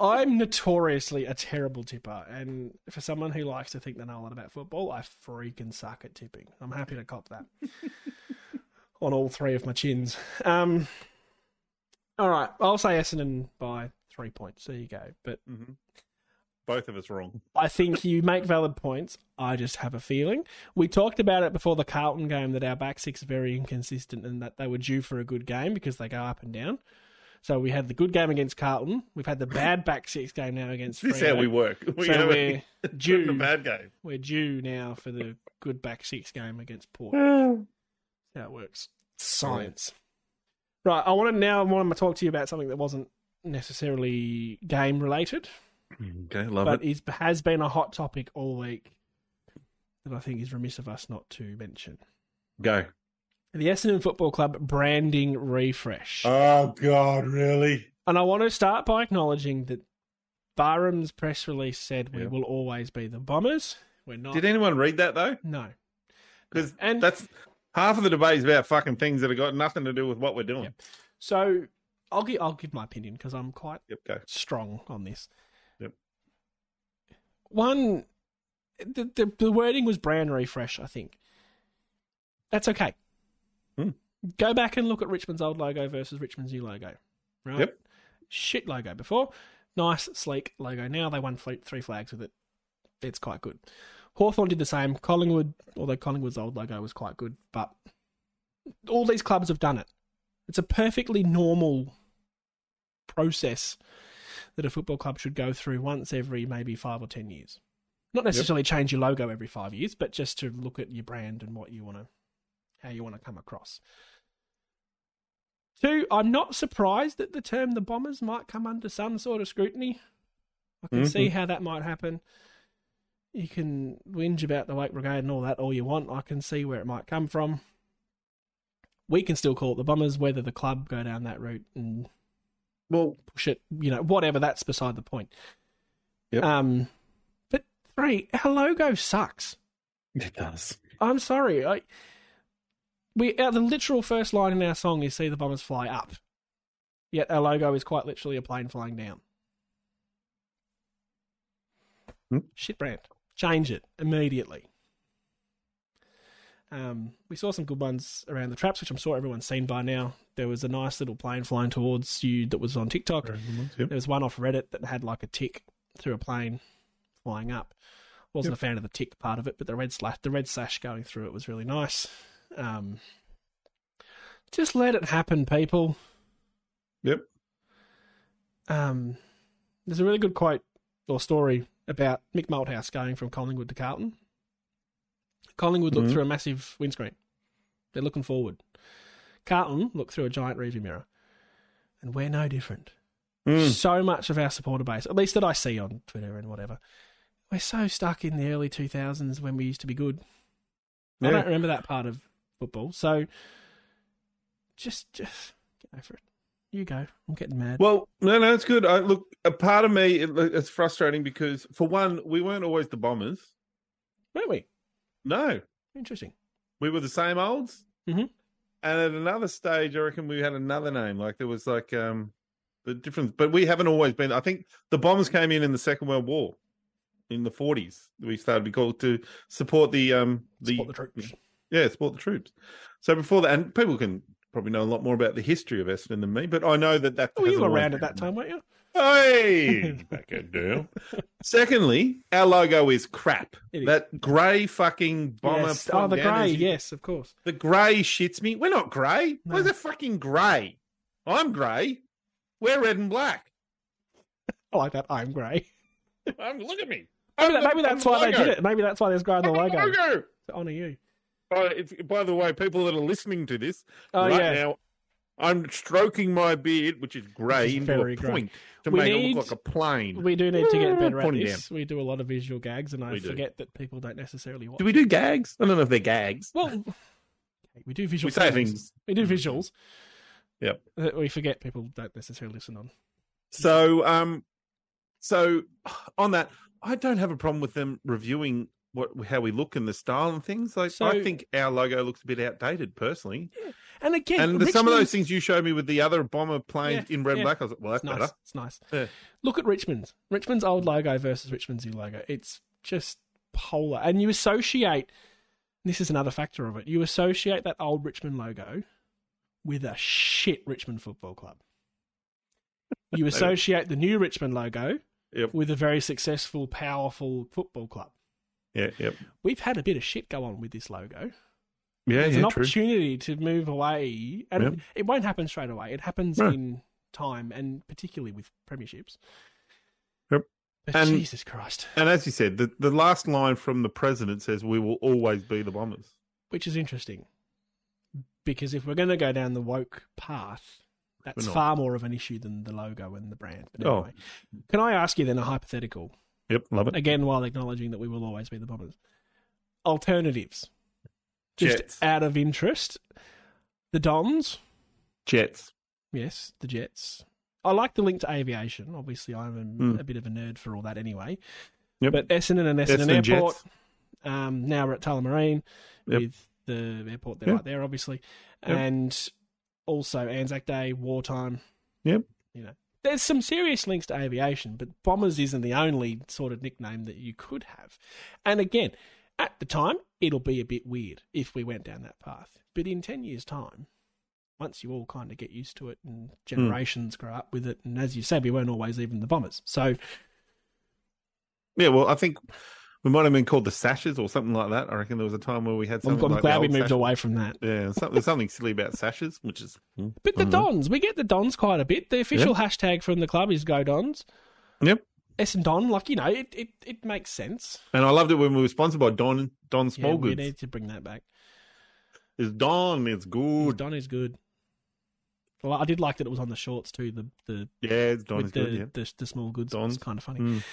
A: I'm notoriously a terrible tipper, and for someone who likes to think they know a lot about football, I freaking suck at tipping. I'm happy to cop
B: *laughs*
A: that on all three of my chins. Um, all right, I'll say Essendon by three points. There you go. But
B: Mhm. Both of us wrong.
A: I think you make valid points. I just have a feeling. We talked about it before the Carlton game that our back six are very inconsistent and that they were due for a good game because they go up and down. So we had the good game against Carlton. We've had the bad back six game now against.
B: This is how
A: Freo.
B: we work. *laughs* We
A: so
B: have
A: we're
B: a, *laughs*
A: due.
B: a
A: *sighs*
B: bad game.
A: We're due now for the good back six game against Port. How it works. Science. Right. I want to now. I want to talk to you about something that wasn't necessarily game related,
B: Okay, love
A: but
B: it.
A: is has been a hot topic all week that I think is remiss of us not to mention.
B: Go.
A: The Essendon Football Club branding refresh.
B: Oh God, really?
A: and I want to start by acknowledging that Barham's press release said we
B: Yeah.
A: will always be the Bombers. We're not.
B: Did anyone read that though?
A: no.
B: Because
A: And-
B: that's half of the debate is about fucking things that have got nothing to do with what we're doing. Yep.
A: So I'll give I'll give my opinion because I'm quite
B: go.
A: strong on this.
B: Yep.
A: One, the, the the wording was brand refresh. I think that's okay.
B: Hmm.
A: Go back and look at Richmond's old logo versus Richmond's new logo. Right.
B: Yep.
A: Shit logo before, nice sleek logo. Now they won fl- three flags with it. It's quite good. Hawthorn did the same. Collingwood, although Collingwood's old logo was quite good, but all these clubs have done it. It's a perfectly normal process that a football club should go through once every maybe five or ten years. Not necessarily change your logo every five years, but just to look at your brand and what you want to, how you want to come across. Two, I'm not surprised that the term the Bombers might come under some sort of scrutiny. I can see how that might happen. You can whinge about the Wake Brigade and all that all you want. I can see where it might come from. We can still call it the Bombers, whether the club go down that route and
B: Well,
A: push it, you know, whatever. That's beside the point.
B: Yep.
A: Um, but three, our logo sucks.
B: it does.
A: I'm sorry. I, we our, the literal first line in our song is "See the bombers fly up," yet our logo is quite literally a plane flying down.
B: Hmm.
A: Shit brand, change it immediately. Um, we saw some good ones around the traps, which I'm sure everyone's seen by now. There was a nice little plane flying towards you that was on TikTok. There was one off Reddit that had like a tick through a plane flying up. Wasn't a fan of the tick part of it, but the red slash, the red slash going through it was really nice. Um, just let it happen, people.
B: Yep.
A: Um, there's a really good quote or story about Mick Malthouse going from Collingwood to Carlton. Collingwood looked
B: Mhm.
A: through a massive windscreen. They're looking forward. Carlton looked through a giant rearview mirror, and we're no different
B: Mm.
A: so much of our supporter base, at least that I see on Twitter and whatever, we're so stuck in the early 2000s when we used to be good. I
B: Yeah.
A: don't remember that part of football. So just, just go for it. You go. I'm getting mad.
B: Well, no, no, it's good. I, look, a part of me, it, it's frustrating because, for one, we weren't always the bombers.
A: Weren't we?
B: No,
A: Interesting.
B: we were the same olds.
A: Mhm.
B: And at another stage, I reckon we had another name. Like there was like um the difference, but we haven't always been. I think the bombers came in in the Second World War in the forties. We started to be called to support the um the,
A: Support the troops.
B: yeah support the troops. So before that, and people can probably know a lot more about the history of Essendon than me, but I know that that
A: Oh, you
B: hasn't
A: were
B: always
A: around at
B: been-
A: that time, weren't you? *laughs*
B: Hey, back it down. Secondly, our logo is crap.
A: It is.
B: That grey fucking bomber.
A: yes. Oh, the
B: flying down
A: grey.
B: is-
A: Yes, of course.
B: the grey shits me. We're not grey.
A: No.
B: Where's the fucking grey? I'm grey. We're red and black.
A: I like that. I'm grey. *laughs*
B: Um, look at me.
A: Maybe,
B: I'm
A: that,
B: the-
A: maybe
B: I'm
A: that's
B: the
A: why they
B: logo.
A: did it. Maybe that's why there's grey on the
B: I'm the
A: logo
B: logo.
A: to honour you.
B: Oh, if, by the way, people that are listening to this
A: Oh
B: right
A: yeah.
B: now, I'm stroking my beard, which is grey,
A: Which is
B: into
A: very
B: a
A: grey.
B: point to
A: We
B: make
A: need-
B: it look like a plane.
A: We do need to get better at
B: Pointing
A: this. We do a lot of visual gags, and I
B: We do.
A: forget that people don't necessarily watch.
B: Do we do gags? I don't know if they're gags.
A: Well, we do visual.
B: we say
A: gags.
B: things.
A: We do visuals.
B: Yep.
A: That we forget people don't necessarily listen on.
B: So, um, so on that, I don't have a problem with them reviewing what how we look and the style and things. Like,
A: So-
B: I think our logo looks a bit outdated, personally.
A: And again,
B: And the, some of those
A: Richmond's-
B: things you showed me with the other bomber plane
A: Yeah,
B: in red
A: yeah.
B: and black, I was like, well, that's
A: It's nice.
B: better.
A: It's nice.
B: Yeah.
A: Look at Richmond's. Richmond's old logo versus Richmond's new logo. It's just polar. And you associate this is another factor of it. You associate that old Richmond logo with a shit Richmond football club.
B: *laughs*
A: You associate the new Richmond logo
B: Yep.
A: with a very successful, powerful football club.
B: Yeah, yep.
A: We've had a bit of shit go on with this logo.
B: Yeah,
A: There's
B: yeah,
A: an
B: true.
A: opportunity to move away, and
B: Yep.
A: it won't happen straight away. It happens
B: No.
A: in time, and particularly with premierships.
B: Yep.
A: But
B: And-
A: Jesus Christ,
B: And as you said, the, the last line from the president says, "We will always be the bombers."
A: which is interesting, because if we're going to go down the woke path, that's
B: not.
A: far more of an issue than the logo and the brand. But
B: Oh.
A: anyway, can I ask you then a hypothetical?
B: Yep, love it.
A: Again, while acknowledging that we will always be the bombers, alternatives, just
B: Jets.
A: out of interest, the Dons.
B: Jets.
A: Yes, the Jets. I like the link to aviation. Obviously, I'm a,
B: Hmm.
A: a bit of a nerd for all that anyway.
B: Yep.
A: But Essendon and Essendon,
B: Essendon
A: Airport.
B: Jets.
A: Um, now we're at Tullamarine
B: Yep.
A: with the airport there,
B: Yep.
A: right there, obviously,
B: Yep.
A: and also Anzac Day, wartime.
B: Yep.
A: You know, there's some serious links to aviation, but Bombers isn't the only sort of nickname that you could have. And again, at the time, it'll be a bit weird if we went down that path. But in ten years' time, once you all kind of get used to it
B: Hmm.
A: and generations grow up with it, and as you said, we weren't always even the Bombers. So
B: Yeah, well, I think we might have been called the Sashes or something like that. I reckon there was a time where we had
A: I'm,
B: something
A: I'm
B: like
A: glad
B: the
A: we
B: old
A: moved
B: Sashes.
A: away from that.
B: Yeah, some, there's something silly about Sashes, which is
A: But the
B: Mhm.
A: Dons, we get the Dons quite a bit. The official hashtag from the club is Go Dons.
B: Yep.
A: S and Don, like you know, it, it, it makes sense.
B: And I loved it when we were sponsored by Don
A: Yeah,
B: Don
A: we
B: Smallgoods.
A: need to bring that back.
B: It's Don. It's good.
A: Don is good. Well, I did like that it was on the shorts too. The the
B: Yeah, it's Don
A: with
B: is
A: the,
B: good. Yeah.
A: the the small goods.
B: Don's.
A: It's kind of funny.
B: Mm.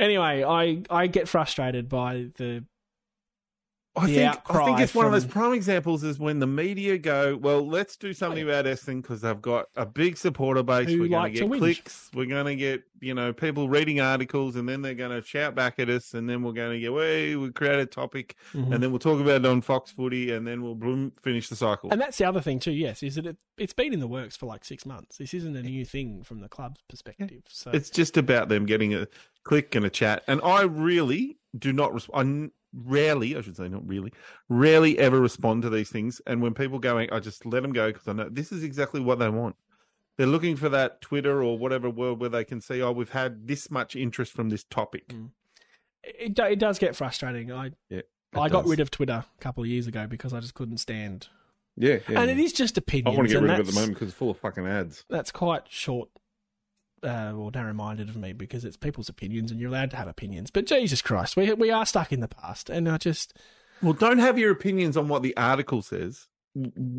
A: Anyway, I I get frustrated by the
B: I
A: the
B: think I think
A: outcry
B: it's one of those
A: from-
B: prime examples is when the media go, well, let's do something about Essendon because they've got a big supporter base.
A: Who
B: we're going
A: like to
B: to get
A: whinge.
B: clicks. We're going to get you know people reading articles, and then they're going to shout back at us, and then we're going to get, hey, we create a topic,
A: Mhm.
B: and then we'll talk about it on Fox Footy, and then we'll bloom, finish the cycle.
A: Mm-hmm. And that's the other thing too, yes, is that it, it's been in the works for like six months. This isn't a new thing from the club's perspective. So
B: It's just about them getting a click and a chat. And I really do not respond. Rarely, I should say, not really, rarely ever respond to these things. And when people going, I just let them go because I know this is exactly what they want. They're looking for that Twitter or whatever world where they can see, oh, we've had this much interest from this topic.
A: Mm. it, do- it does get frustrating. I I got rid of Twitter a couple of years ago because I just couldn't stand.
B: yeah,
A: and it is just
B: I
A: opinions.
B: want to get
A: and
B: rid of it at the
A: that's-
B: moment because it's full of fucking ads.
A: That's quite short uh, or narrow-minded of me because it's people's opinions and you're allowed to have opinions. But Jesus Christ, we we are stuck in the past, and I just
B: Well, don't have your opinions on what the article says.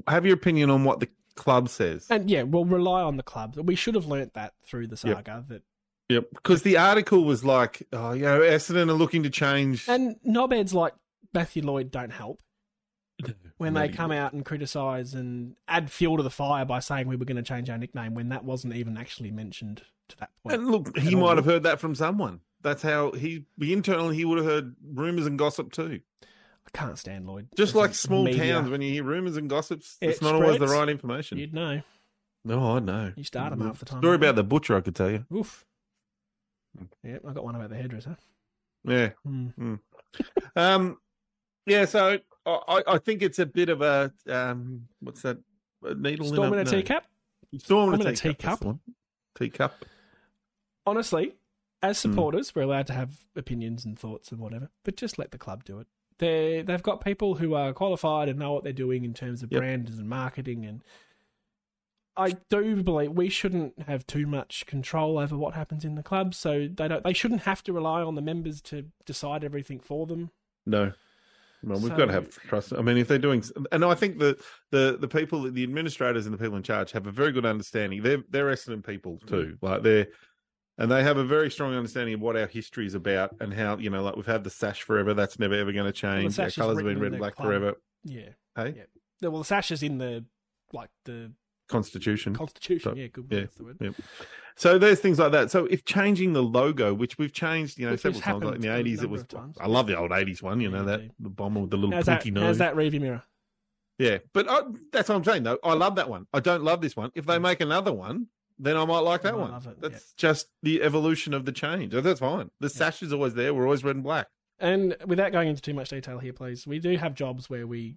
B: Have your opinion on what the club says.
A: and yeah, we'll rely on the club. We should have learnt that through the
B: Yep.
A: saga that
B: Yep. Because the article was like, oh, you know, Essendon are looking to change. *laughs*
A: and knobheads like Matthew Lloyd don't help. when they
B: Maybe.
A: come out and criticize and add fuel to the fire by saying we were going to change our nickname when that wasn't even actually mentioned to that point.
B: And look,
A: at
B: he
A: all.
B: might have heard that from someone. That's how he internally he would have heard rumors and gossip too.
A: I can't stand Lloyd.
B: Just
A: As a
B: like small
A: media,
B: towns, when you hear rumors and gossips,
A: It
B: it's not always the
A: spreads.
B: right information.
A: you'd know.
B: No, I know.
A: You start 'em half the time,
B: Story
A: don't you?
B: about the butcher, I could tell you.
A: Oof. Yep, I got one about the hairdresser.
B: Yeah.
A: Hmm.
B: Um, yeah. So I- I, I think it's a bit of a um, what's that? A needle
A: Storm in a
B: no.
A: teacup.
B: Storm
A: I'm
B: in
A: in
B: a
A: a
B: teacup. that's
A: teacup.
B: the one. Teacup.
A: Honestly, as supporters, we're allowed to have opinions and thoughts and whatever, but just let the club do it. They they've got people who are qualified and know what they're doing in terms of
B: Yep.
A: brand and marketing and I do believe we shouldn't have too much control over what happens in the club, so they don't. They shouldn't have to rely on the members to decide everything for them.
B: No. Well, we've
A: So-
B: got to have trust. I mean, if they're doing, and I think the the the people, the administrators, and the people in charge have a very good understanding. They're they're Essendon people
A: Mm-hmm.
B: too. Like they're, and they have a very strong understanding of what our history is about and how you know, like we've had the sash forever. That's never ever going to change.
A: sash
B: our
A: is
B: colours have
A: written
B: been red
A: in
B: and
A: the
B: black
A: club.
B: forever.
A: Yeah.
B: Hey,
A: Yeah. The- Well, the sash is in the like the
B: Constitution.
A: constitution.
B: So-
A: yeah, good.
B: Mm-hmm. yeah.
A: That's the word.
B: Yeah. So there's things like that. So if changing the logo, which we've changed, you know,
A: Which has
B: several times, like in
A: happened
B: the
A: a
B: '80s, it
A: number
B: was.
A: of times.
B: I love the old '80s one. You
A: Yeah,
B: know that
A: indeed.
B: the bomber with the little
A: How's that?
B: pinky nose.
A: How's that rearview mirror?
B: Yeah, but I, that's what I'm saying though. I love that one. I don't love this one. If they make another one, then I might like
A: I
B: that
A: might
B: one.
A: love it, yeah.
B: that's just the evolution of the change. Oh, That's fine. The sash is always there. We're always red and black.
A: And without going into too much detail here, please, we do have jobs where we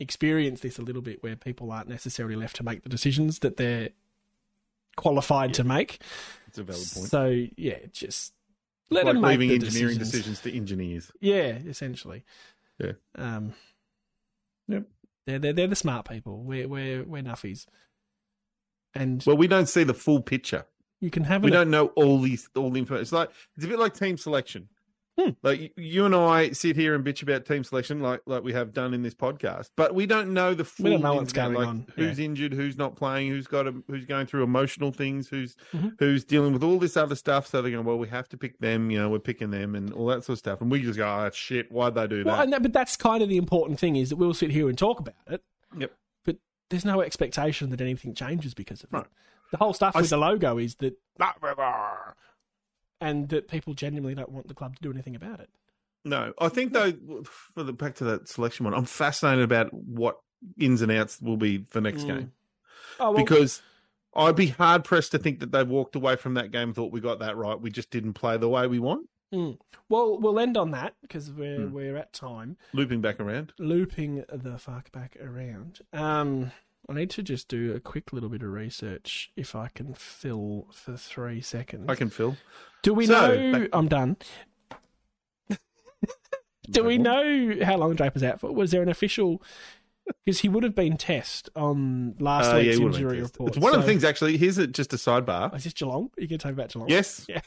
A: experience this a little bit, where people aren't necessarily left to make the decisions that they're qualified to make.
B: It's a valid point.
A: So yeah, just let
B: like
A: them make
B: leaving
A: the
B: engineering
A: decisions.
B: decisions. to engineers.
A: Yeah, essentially.
B: Yeah.
A: Um.
B: Yep.
A: They're they're, they're the smart people. We're we're we're nuffies. And
B: Well, we don't see the full picture.
A: you can have
B: We
A: an
B: don't know all these all the information. It's like it's a bit like team selection.
A: Hmm.
B: Like y- you and I sit here and bitch about team selection, like like we have done in this podcast, but we don't know the full.
A: We don't know what's
B: ins and outs,
A: going
B: like
A: on,
B: Who's injured? Who's not playing? Who's got? A, who's going through emotional things? Who's
A: Mhm.
B: who's dealing with all this other stuff? So they're going, well, we have to pick them. You know, we're picking them and all that sort of stuff. And we just go, oh shit, why'd they do
A: Well,
B: that?
A: and that, but that's kind of the important thing is that we'll sit here and talk about it.
B: Yep.
A: But there's no expectation that anything changes because of
B: No.
A: it. The whole stuff
B: I
A: with
B: s-
A: the logo is that, and that people genuinely don't want the club to do anything about it.
B: No, I think though, for the back to that selection one, I'm fascinated about what ins and outs will be for next
A: Mm.
B: game.
A: Oh, well,
B: because I'd be hard pressed to think that they walked away from that game and thought we got that right. We just didn't play the way we want.
A: well, we'll end on that because we're
B: Mm.
A: we're at time.
B: Looping back around.
A: Looping the fuck back around. Um, I need to just do a quick little bit of research if I can fill for three seconds.
B: I can feel.
A: Do we
B: So,
A: know?
B: back-
A: I'm
B: *laughs*
A: done. Do we
B: What?
A: know how long Draper's out for? Was there an official? Because he would have been test on last
B: Uh, yeah,
A: week's
B: it would've been
A: injury
B: test.
A: report.
B: It's one of the
A: so- Oh,
B: things, actually. Here's a, just
A: *laughs*
B: a sidebar.
A: Is this Geelong? Are you going to talk about Geelong?
B: Yes.
A: Yeah.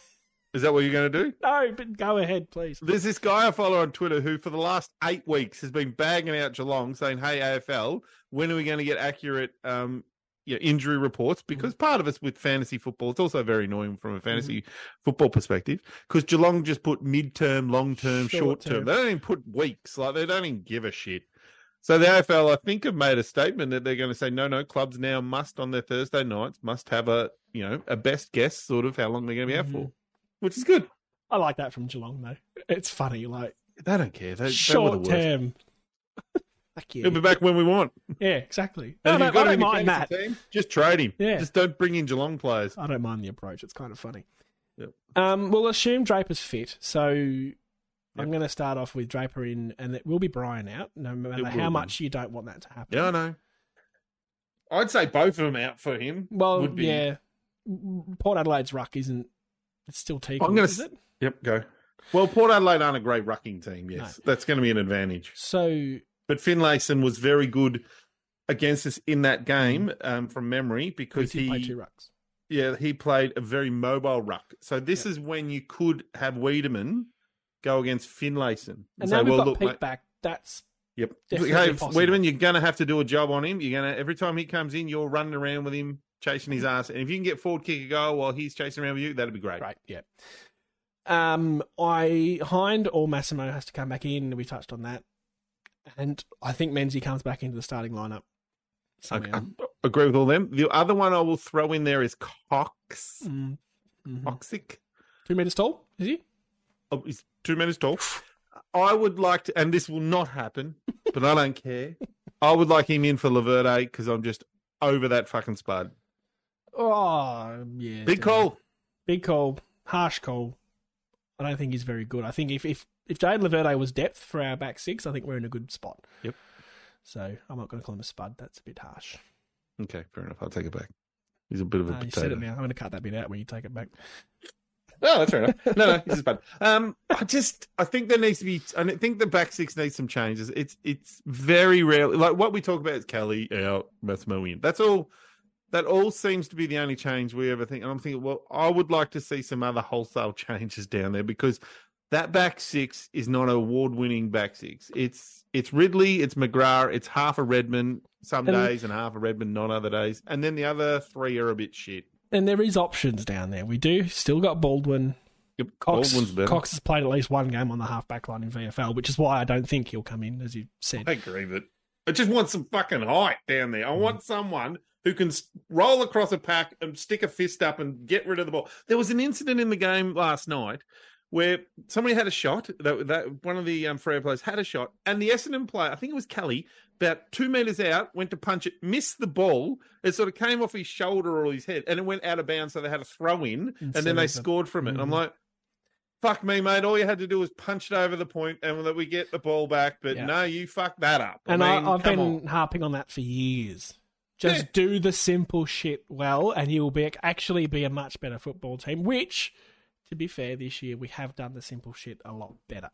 B: Is that what you're going to do?
A: No, but go ahead, please.
B: There's this guy I follow on Twitter who, for the last eight weeks, has been bagging out Geelong, saying, "Hey AFL, when are we going to get accurate um, you know, injury reports?" Because part of us with fantasy football, it's also very annoying from a fantasy football perspective because Geelong just put mid-term, long-term, short-term.
A: Short-term.
B: They don't even put weeks. Like they don't even give a shit. So the AFL, I think, have made a statement that they're going to say, "No, no, clubs now must on their Thursday nights must have a you know a best guess sort of how long they're going to be out for," which is good.
A: I like that from Geelong though. It's funny, like
B: They don't care. They, they were the
A: short
B: worst.
A: term. *laughs* Fuck you.
B: He'll be back when we want.
A: Yeah, exactly.
B: And
A: I
B: if
A: don't,
B: you've
A: I
B: got
A: don't
B: him in your
A: mind that.
B: fantasy team, just trade him.
A: Yeah.
B: Just don't bring in Geelong players.
A: I don't mind the approach. It's kind of funny.
B: Yep.
A: Um, we'll assume Draper's fit, so
B: Yep.
A: I'm going to start off with Draper in, and it will be Brian out, no matter
B: will
A: how
B: be.
A: much you don't want that to happen.
B: Yeah, I know. I'd say both of them out for him.
A: Well,
B: Would be.
A: yeah. Port Adelaide's ruck isn't. It's still Teagle,
B: I'm gonna
A: is
B: s-
A: it?
B: Yep, go. Well, Port Adelaide aren't a great rucking team. Yes, that's going to be an advantage.
A: So
B: But Finlayson was very good against us in that game um, from memory
A: we
B: because
A: did play
B: he
A: two rucks.
B: Yeah, he played a very mobile ruck. So this is when you could have Wiedemann go against Finlayson.
A: And
B: say,
A: now we've
B: well,
A: got
B: look,
A: Pete
B: mate-
A: back. That's
B: Yep.
A: Definitely
B: hey,
A: possible.
B: Wiedemann, you're going to have to do a job on him. You're going to every time he comes in, you're running around with him, chasing his ass. And if you can get forward kick a goal while he's chasing around with you, that'd be great.
A: great. Yeah. Um, I Hind or Massimo has to come back in. We touched on that, and I think Menzie comes back into the starting lineup.
B: I,
A: Somehow.
B: I agree with all them. The other one I will throw in there is Cox.
A: Mm. Mhm.
B: Coxic.
A: Two meters tall, is he?
B: Oh, he's two minutes tall. I would like to, and this will not happen, but I don't care. I would like him in for Laverde because I'm just over that fucking spud.
A: Oh, yeah. definitely.
B: Big call.
A: Big call. Harsh call. I don't think he's very good. I think if if if Jade Laverde was depth for our back six, I think we're in a good spot.
B: Yep.
A: So I'm not going to call him a spud. That's a bit harsh.
B: Okay, fair enough. I'll take it back. He's a bit of a
A: No, you said
B: potato.
A: it now. I'm going to cut that bit out when you take it back.
B: Oh, that's fair enough. No, no, this is bad. Um, I just, I think there needs to be, and I think the back six needs some changes. It's, it's very rarely like what we talk about is Kelly out, Massimo in. uh, That's all that all seems to be the only change we ever think. And I'm thinking, well, I would like to see some other wholesale *laughs* changes down there because that back six is not an award-winning back six. It's it's Ridley, it's McGrath, it's half a Redmond some
A: And-
B: days and half a Redmond not other days, and then the other three are a bit shit.
A: And there is options down there. We do still got Baldwin.
B: Yep,
A: Cox,
B: Baldwin's better.
A: Cox has played at least one game on the halfback line in VFL, which is why I don't think he'll come in, as you said.
B: I agree with it. I just want some fucking height down there. I want someone who can s- roll across a pack and stick a fist up and get rid of the ball. There was an incident in the game last night where somebody had a shot. That, that one of the um, Freo players had a shot, and the Essendon player, I think it was Kelly, about two meters out, went to punch it, missed the ball. It sort of came off his shoulder or his head, and it went out of bounds. So they had a throw in, and then they
A: Instead of a-
B: scored from it. And I'm
A: Mhm.
B: like. Fuck me, mate. All you had to do was punch it over the point and that we get the ball back. But
A: Yeah.
B: no, you fucked that up.
A: And I
B: mean,
A: I've
B: come
A: been
B: on.
A: harping on that for years. Just
B: Yeah.
A: do the simple shit well, and you will be actually be a much better football team. Which, to be fair, this year we have done the simple shit a lot better.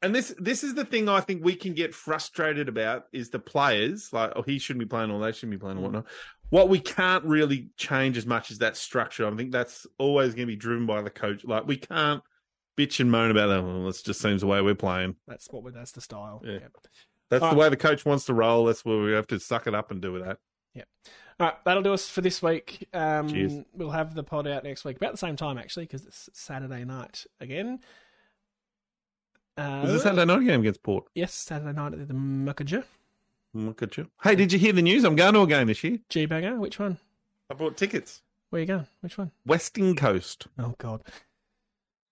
B: And this this is the thing I think we can get frustrated about is the players like oh he shouldn't be playing or they shouldn't be
A: Mm.
B: playing or whatnot. What we can't really change as much is that structure. I think that's always going to be driven by the coach. Like we can't bitch and moan about that. Well, this just seems the way we're playing.
A: That's what we, that's the style.
B: Yeah.
A: Yep.
B: That's
A: All
B: the
A: right.
B: way the coach wants to roll. That's where we have to suck it up and do with that.
A: All right, that'll do us for this week. Um,
B: Cheers.
A: We'll have the pod out next week, about the same time actually, because it's Saturday night again. Uh,
B: Is this Saturday night game against Port?
A: Yes, Saturday night at the Muckager.
B: Look at you. Hey, did you hear the news? I'm going to a game this year.
A: G Bagger, which one?
B: I bought tickets.
A: Where you going? Which one?
B: Western Coast.
A: Oh God.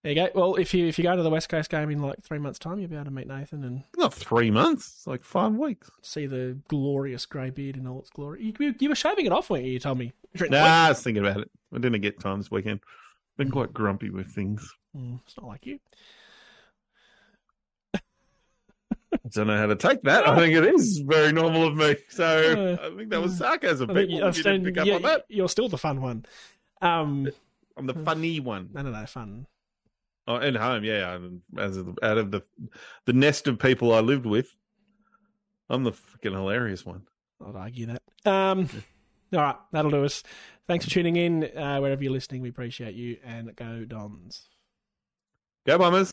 A: There you go. Well, if you if you go to the West Coast game in like three months' time, you'll be able to meet Nathan and
B: Not three months. It's like five weeks.
A: see the glorious grey beard in all its glory. You, you, you were shaving it off, weren't you? You told me. During the week.
B: Nah, I was thinking about it. I didn't get time this weekend. Been quite grumpy with things.
A: Mm, it's not like you.
B: I don't know how to take that. I think it is very normal of me. So I think that was sarcasm.
A: I
B: People,
A: think
B: you
A: you- I've
B: didn't
A: seen-
B: pick up
A: yeah,
B: on that.
A: You're still the fun one. Um,
B: I'm the funny one.
A: no, no, no, fun.
B: Oh, at home, yeah. I'm- As of, out of the the nest of people I lived with, I'm the freaking hilarious one.
A: I'd argue that.
B: *laughs*
A: Um, all right, that'll do us. Thanks for tuning in. Uh, wherever you're listening, we appreciate you. And go Dons.
B: Go Bombers.